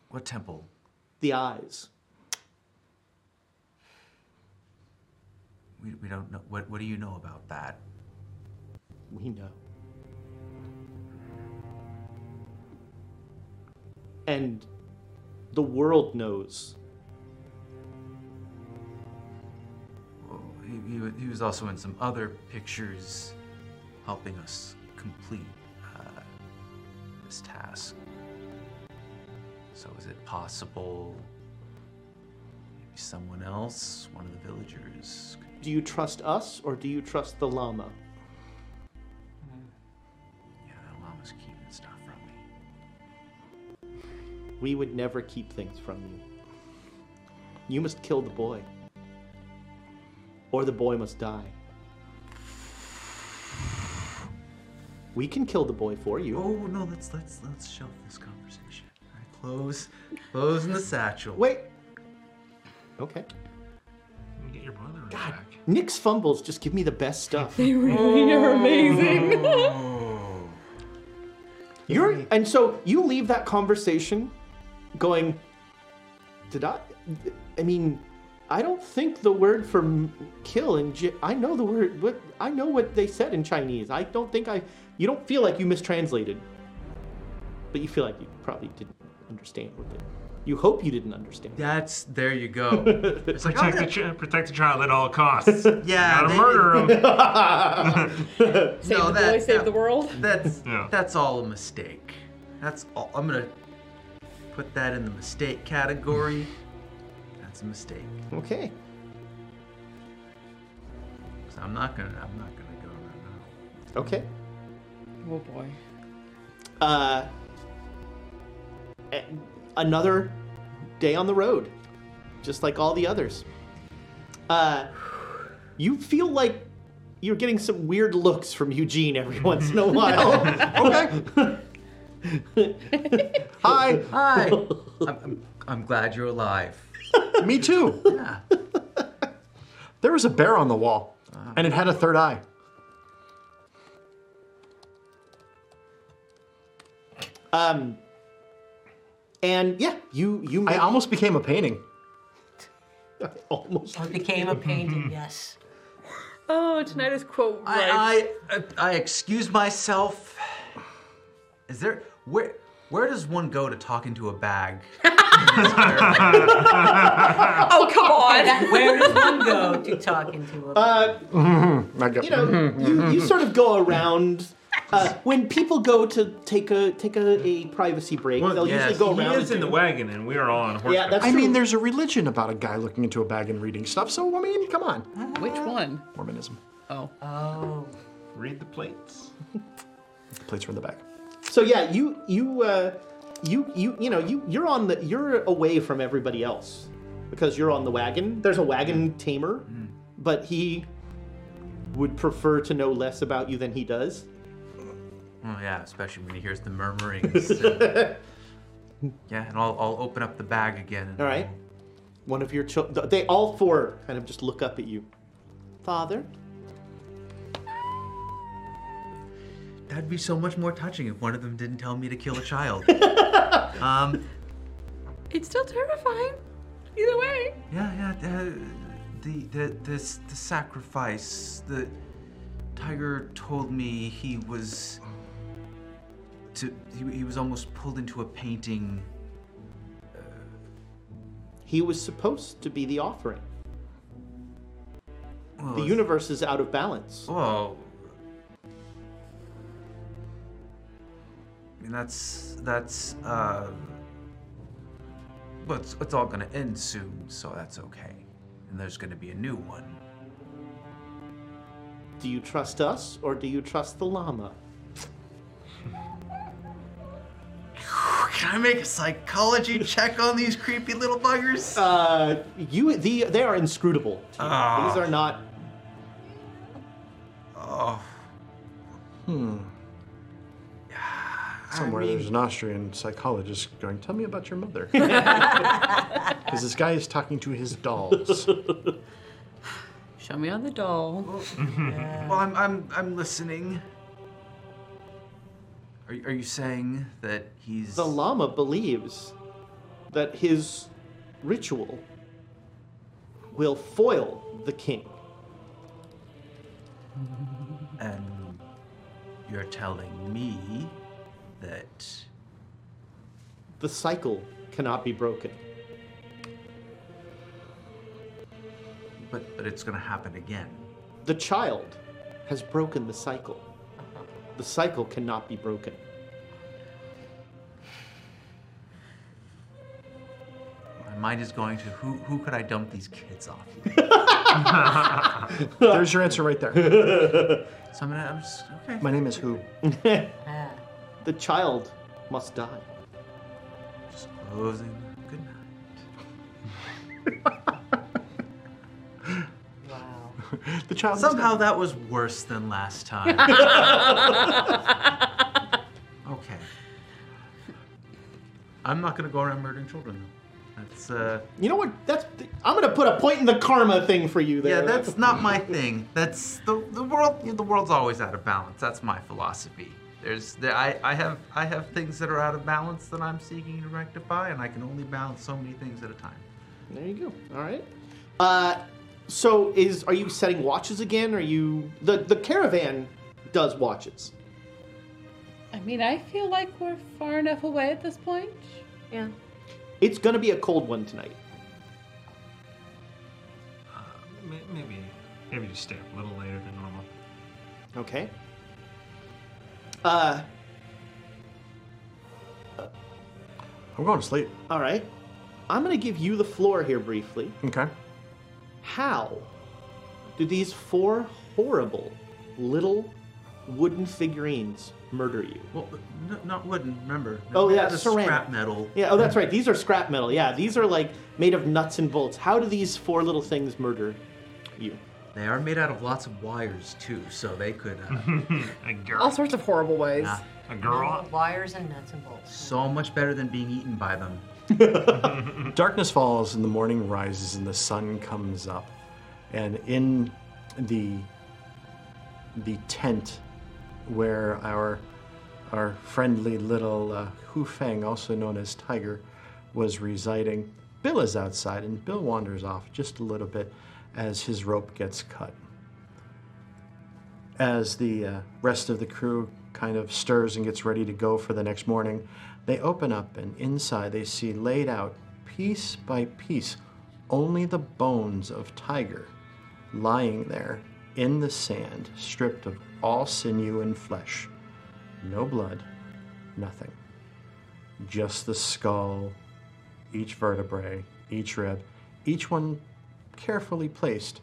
S4: what temple?
S7: The eyes.
S4: We, we don't know. What What do you know about that?
S7: We know. And the world knows.
S4: Well, he, he, wa- he was also in some other pictures, helping us complete uh, this task. So is it possible? Maybe someone else, one of the villagers.
S7: Do you trust us or do you trust the llama?
S4: Yeah, the llama's keeping stuff from me.
S7: We would never keep things from you. You must kill the boy. Or the boy must die. We can kill the boy for you.
S4: Oh no, let's let's let's shelve this conversation. All right, clothes, clothes in the satchel.
S7: Wait. Okay.
S1: Get your brother back.
S7: Nick's fumbles just give me the best stuff.
S8: They really are amazing.
S7: You're and so you leave that conversation going did I I mean I don't think the word for m- kill in J- I know the word what I know what they said in Chinese. I don't think I you don't feel like you mistranslated. But you feel like you probably didn't understand what they you hope you didn't understand.
S4: That's there you go. It's like
S1: Protect the, chi- E. protect the child at all costs.
S4: Yeah,
S1: Gotta
S4: they-
S1: murder him.
S8: Save the boy, save the world.
S4: That's that's all a mistake. That's all. I'm gonna put that in the mistake category. That's a mistake.
S7: Okay.
S4: So I'm not gonna. I'm not gonna go right now.
S7: Okay.
S8: Oh boy.
S7: Uh a- another day on the road, just like all the others. Uh, you feel like you're getting some weird looks from Eugene every once in a while. okay. Hi.
S4: Hi. I'm, I'm, I'm glad you're alive.
S9: Me too. There was a bear on the wall, and it had a third eye.
S7: Um. And yeah, you you.
S9: I almost became a painting.
S7: almost.
S3: it became a painting, yes.
S8: Oh, tonight is quote right.
S4: I, I I excuse myself. Is there where Where does one go to talk into a bag?
S3: oh,
S8: come
S3: on.
S7: Where does
S3: one go to talk into a
S7: Uh,
S9: Mm-hmm. I get
S7: you know, you, you sort of go around. Uh, when people go to take a take a, a privacy break, they'll usually go around.
S1: He is
S7: and
S1: in the
S7: do-
S1: wagon, and we are all on horseback.
S7: Yeah, that's
S9: I
S7: true.
S9: mean, there's a religion about a guy looking into a bag and reading stuff. So I mean, come on.
S8: Which one?
S9: Mormonism.
S8: Oh.
S3: Oh.
S1: Read the plates.
S9: Plates are in the bag.
S7: So yeah, you you uh, you you you know you you're on the you're away from everybody else because you're on the wagon. There's a
S4: Mm-hmm.
S7: wagon tamer, but he would prefer to know less about you than he does.
S4: Oh yeah, especially when he hears the murmurings. and- yeah, and I'll, I'll open up the bag again. And
S7: All right. One of your children, they all four kind of just look up at you. Father,
S4: That'd be so much more touching if one of them didn't tell me to kill a child. um,
S8: It's still terrifying. Either way.
S4: yeah, yeah. The the the, the, s- the sacrifice. The tiger told me he was to he, he was almost pulled into a painting.
S7: he was supposed to be the offering.
S4: Well,
S7: The
S4: if-
S7: universe is out of balance.
S4: Well, I mean that's that's uh, but it's, it's all gonna end soon, so that's okay. And there's gonna be a new one.
S7: Do you trust us or do you trust the llama?
S4: Can I make a psychology check on these creepy little buggers?
S7: Uh, you the they are inscrutable. to you.
S4: Ah.
S7: These are not.
S4: Oh.
S9: Hmm. Somewhere
S4: mean-
S9: there's an Austrian psychologist going, "Tell me about your mother," because this guy is talking to his dolls.
S8: Show me on the doll.
S4: Well, I'm I'm I'm listening. Are, you- are you saying that he's
S7: The llama believes that his ritual will foil the king.
S4: And you're telling me that
S7: The cycle cannot be broken.
S4: but but it's gonna happen again.
S7: The child has broken the cycle. The cycle cannot be broken.
S4: My mind is going to who who could I dump these kids off?
S9: there's your answer right there.
S4: So I'm gonna I'm just okay.
S9: My name is who.
S7: The child must die.
S4: Just closing. Good night.
S9: The child.
S4: Somehow that was worse than last time. okay. I'm not gonna go around murdering children though. That's uh
S7: You know what? That's I'm gonna put a point in the karma thing for you there.
S4: Yeah, that's not my thing. That's the, the world. The world's always out of balance. That's my philosophy. There's there, I, I have I have things that are out of balance that I'm seeking to rectify, and I can only balance so many things at a time.
S7: There you go. All right. Uh, so is are you setting watches again? Are you the the caravan does watches?
S8: I mean, I feel like we're far enough away at this point. Yeah.
S7: It's gonna be a cold one tonight.
S1: May- Maybe maybe just stay up a little later than normal.
S7: Okay. Uh,
S9: I'm going to sleep.
S7: All right. I'm gonna give you the floor here briefly.
S9: Okay.
S7: How do these four horrible little wooden figurines murder you?
S4: Well, no, not wooden. Remember?
S7: Oh yeah,
S4: the
S7: ceramic.
S4: scrap metal.
S7: Yeah, oh that's right. These are scrap metal. Yeah, these are like made of nuts and bolts. How do these four little things murder you?
S4: They are made out of lots of wires too, so they could. Uh,
S8: All sorts of horrible ways.
S4: Nah, a girl.
S3: Wires and nuts and bolts.
S4: So much better than being eaten by them.
S9: Darkness falls and the morning rises and the sun comes up. And in the the tent where our our friendly little uh, Hu Feng, also known as Tiger, was residing, Bill is outside and Bill wanders off just a little bit as his rope gets cut. As the uh, rest of the crew kind of stirs and gets ready to go for the next morning, They open up, and inside they see laid out, piece by piece, only the bones of Tiger lying there in the sand, stripped of all sinew and flesh. No blood, nothing. Just the skull, each vertebrae, each rib, each one carefully placed,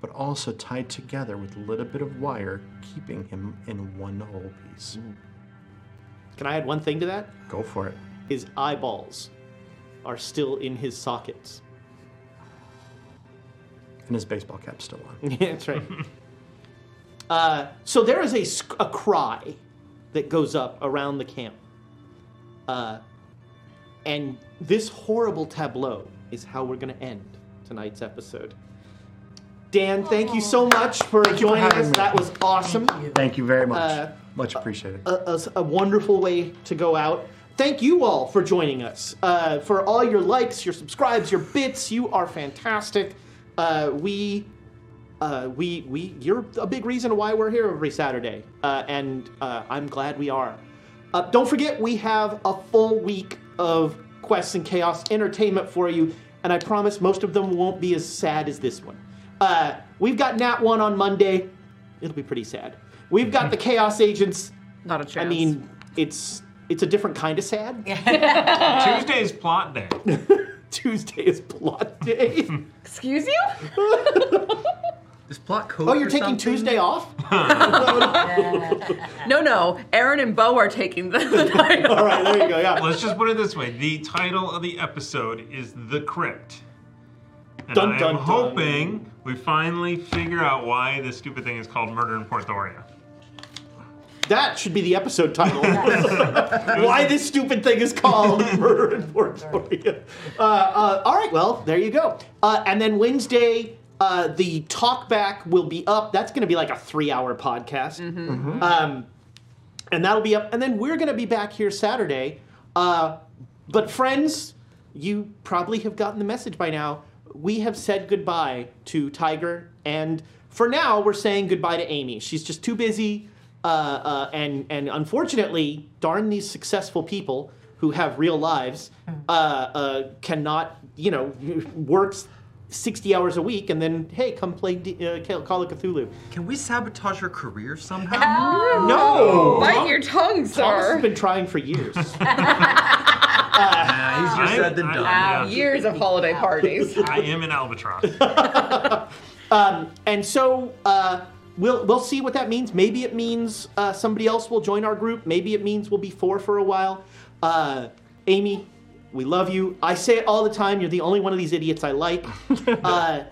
S9: but also tied together with a little bit of wire, keeping him in one whole piece.
S7: Can I add one thing to that?
S9: Go for it.
S7: His eyeballs are still in his sockets.
S9: And his baseball cap's still on.
S7: Yeah, that's right. uh, so there is a, sc- a cry that goes up around the camp. Uh, and this horrible tableau is how we're going to end tonight's episode. Dan, thank you so much for
S9: you for
S7: joining
S9: having
S7: us.
S9: me.
S7: That was awesome.
S9: Thank you very much.
S7: Uh,
S9: much appreciated.
S7: a, a s- a wonderful way to go out. Thank you all for joining us, uh, for all your likes, your subscribes, your bits. You are fantastic. Uh, we, uh, we, we, you're a big reason why we're here every Saturday, uh, and uh, I'm glad we are. Uh, don't forget, we have a full week of quests and chaos entertainment for you, and I promise most of them won't be as sad as this one. Uh, we've got Nat 1 on Monday. It'll be pretty sad. We've got the Chaos Agents.
S8: Not a chance.
S7: I mean, it's it's a different kind of sad.
S1: Tuesday's plot day.
S7: Tuesday is plot day.
S8: Excuse you?
S4: This plot code.
S7: oh, you're taking Tuesday off?
S8: No, no. Aaron and Bo are taking the, the night off.
S7: right, there you go. Yeah.
S1: Let's just put it this way: the title of the episode is "The Crypt," and
S7: Dun,
S1: I'm
S7: dun, dun.
S1: hoping we finally figure out why this stupid thing is called Murder in Porthoria.
S7: That should be the episode title. Why this stupid thing is called Murder in Portoria. Uh, uh, all right, well, there you go. Uh, and then Wednesday, uh, the talk back will be up. That's going to be like a three hour podcast. Um, and that'll be up. And then we're going to be back here Saturday. Uh, but, friends, you probably have gotten the message by now. We have said goodbye to Tiger. And for now, we're saying goodbye to Amy. She's just too busy. Uh, uh, and, and unfortunately, darn these successful people who have real lives uh, uh, cannot, you know, works 60 hours a week and then, hey, come play D- uh, Call of Cthulhu.
S4: Can we sabotage her career somehow?
S7: No!
S8: Oh, Bite your tongue,
S7: Thomas
S8: sir.
S7: has been trying for years.
S4: Nah, easier
S1: I-
S4: said than
S1: I-
S4: done.
S8: Wow, years of holiday parties.
S1: I am an albatross.
S7: and so uh, we'll we'll see what that means. Maybe it means uh, somebody else will join our group. Maybe it means we'll be four for a while. Uh, Amy, we love you. I say it all the time. You're the only one of these idiots I like. uh,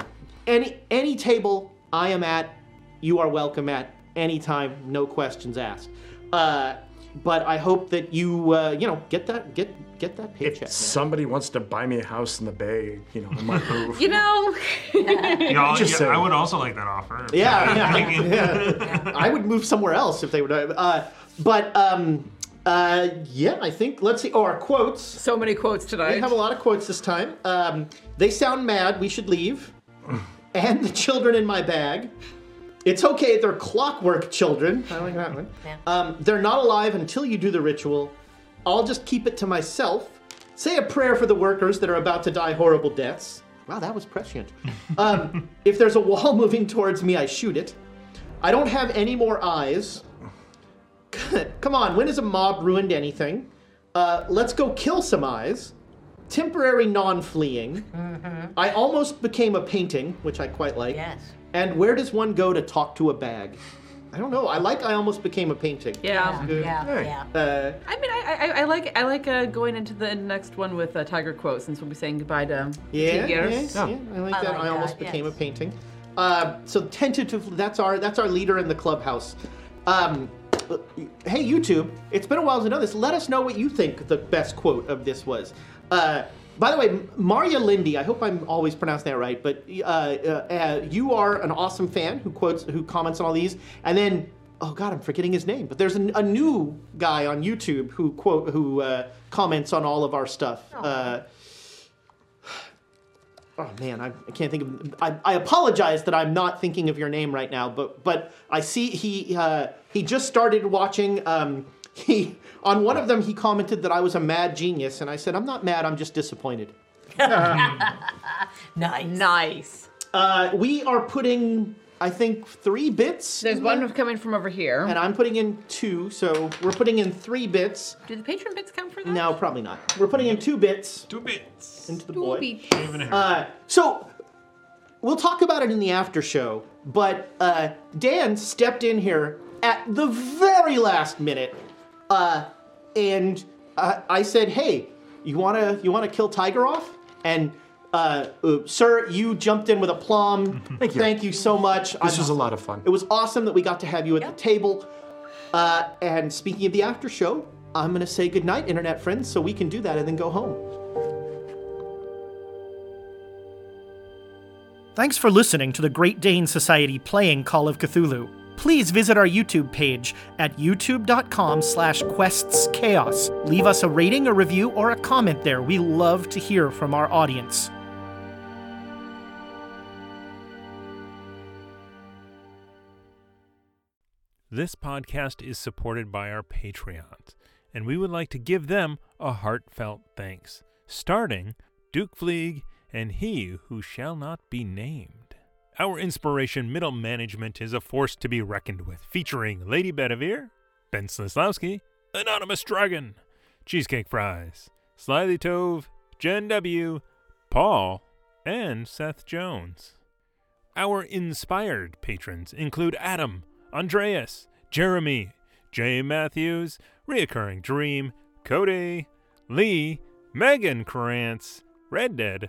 S7: any any table I am at, you are welcome at any time. No questions asked. Uh, but I hope that you uh, you know get that get get that paycheck. man.
S9: Somebody wants to buy me a house in the Bay, you know, I might move.
S8: You know,
S1: Y'all,
S9: Just
S1: yeah,
S9: saying.
S1: I would also like that offer.
S7: Yeah, yeah, yeah. I would move somewhere else if they would. Uh, but um, uh, yeah, I think let's see. Oh, our quotes.
S8: so many quotes
S7: We
S8: tonight.
S7: have a lot of quotes this time. Um, they sound mad. We should leave. and the children in my bag. It's okay. They're clockwork children. I like that one. Um, they're not alive until you do the ritual. I'll just keep it to myself. Say a prayer for the workers that are about to die horrible deaths. Wow, that was prescient. Um, if there's a wall moving towards me, I shoot it. I don't have any more eyes. Come on, when has a mob ruined anything? Uh, let's go kill some eyes. Temporary non fleeing. I almost became a painting, which I quite like.
S3: Yes.
S7: And where does one go to talk to a bag? I don't know. I like I almost became a painting.
S8: yeah.
S7: Good.
S3: Yeah, yeah.
S7: Uh,
S8: I mean, I, I, I like I like uh, going into the next one with uh, Tiger quote since we'll be saying goodbye to
S7: Yeah, yeah,
S8: Tigers.
S7: yeah, I like
S3: I
S7: that.
S3: like
S7: I almost
S3: that,
S7: became
S3: yes.
S7: a painting. Uh, so tentatively, that's our that's our leader in the clubhouse. Um, uh, hey YouTube, it's been a while to know this. Let us know what you think the best quote of this was. Uh, by the way, M- Maria Lindy, I hope I'm always pronouncing that right, but uh, uh, uh, you are an awesome fan who quotes, who comments on all these, and then oh god, I'm forgetting his name, but there's an, a new guy on YouTube who quote who uh, comments on all of our stuff. Uh, Oh man, I, I can't think of. I, I apologize that I'm not thinking of your name right now, but but I see he uh, he just started watching. Um, He on one of them he commented that I was a mad genius, and I said, "I'm not mad. I'm just disappointed."
S3: nice.
S8: Nice.
S7: Uh, we are putting, I think, three bits.
S8: There's one coming from over here,
S7: and I'm putting in two. So we're putting in three bits.
S8: Do the patron bits come for that?
S7: No, probably not. We're putting in two bits.
S1: Two bits
S7: into the
S8: Two
S7: boy.
S8: bits.
S7: Uh, so we'll talk about it in the after show. But uh, Dan stepped in here at the very last minute, uh, and uh, I said, "Hey, you wanna you wanna kill Tiger off?" And uh, uh, sir, you jumped in with aplomb. Thank you. Thank you so much. This was a
S9: lot of fun.
S7: It was awesome that we got to have you at the table. Uh, and speaking of the after show, I'm gonna say goodnight, internet friends, so we can do that and then go home.
S12: Thanks for listening to the Great Dane Society playing Call of Cthulhu. Please visit our YouTube page at youtube.com slash questschaos. Leave us a rating, a review, or a comment there. We love to hear from our audience.
S6: This podcast is supported by our Patreons, and we would like to give them a heartfelt thanks, starting Duke Fleeg and He Who Shall Not Be Named. Our inspiration, Middle Management, is a force to be reckoned with, featuring Lady Bedivere, Ben Slislawski, Anonymous Dragon, Cheesecake Fries, Slyly Tove, Jen W., Paul, and Seth Jones. Our inspired patrons include Adam, Andreas, Jeremy, Jay Matthews, Reoccurring Dream, Cody, Lee, Megan Krantz, Red Dead,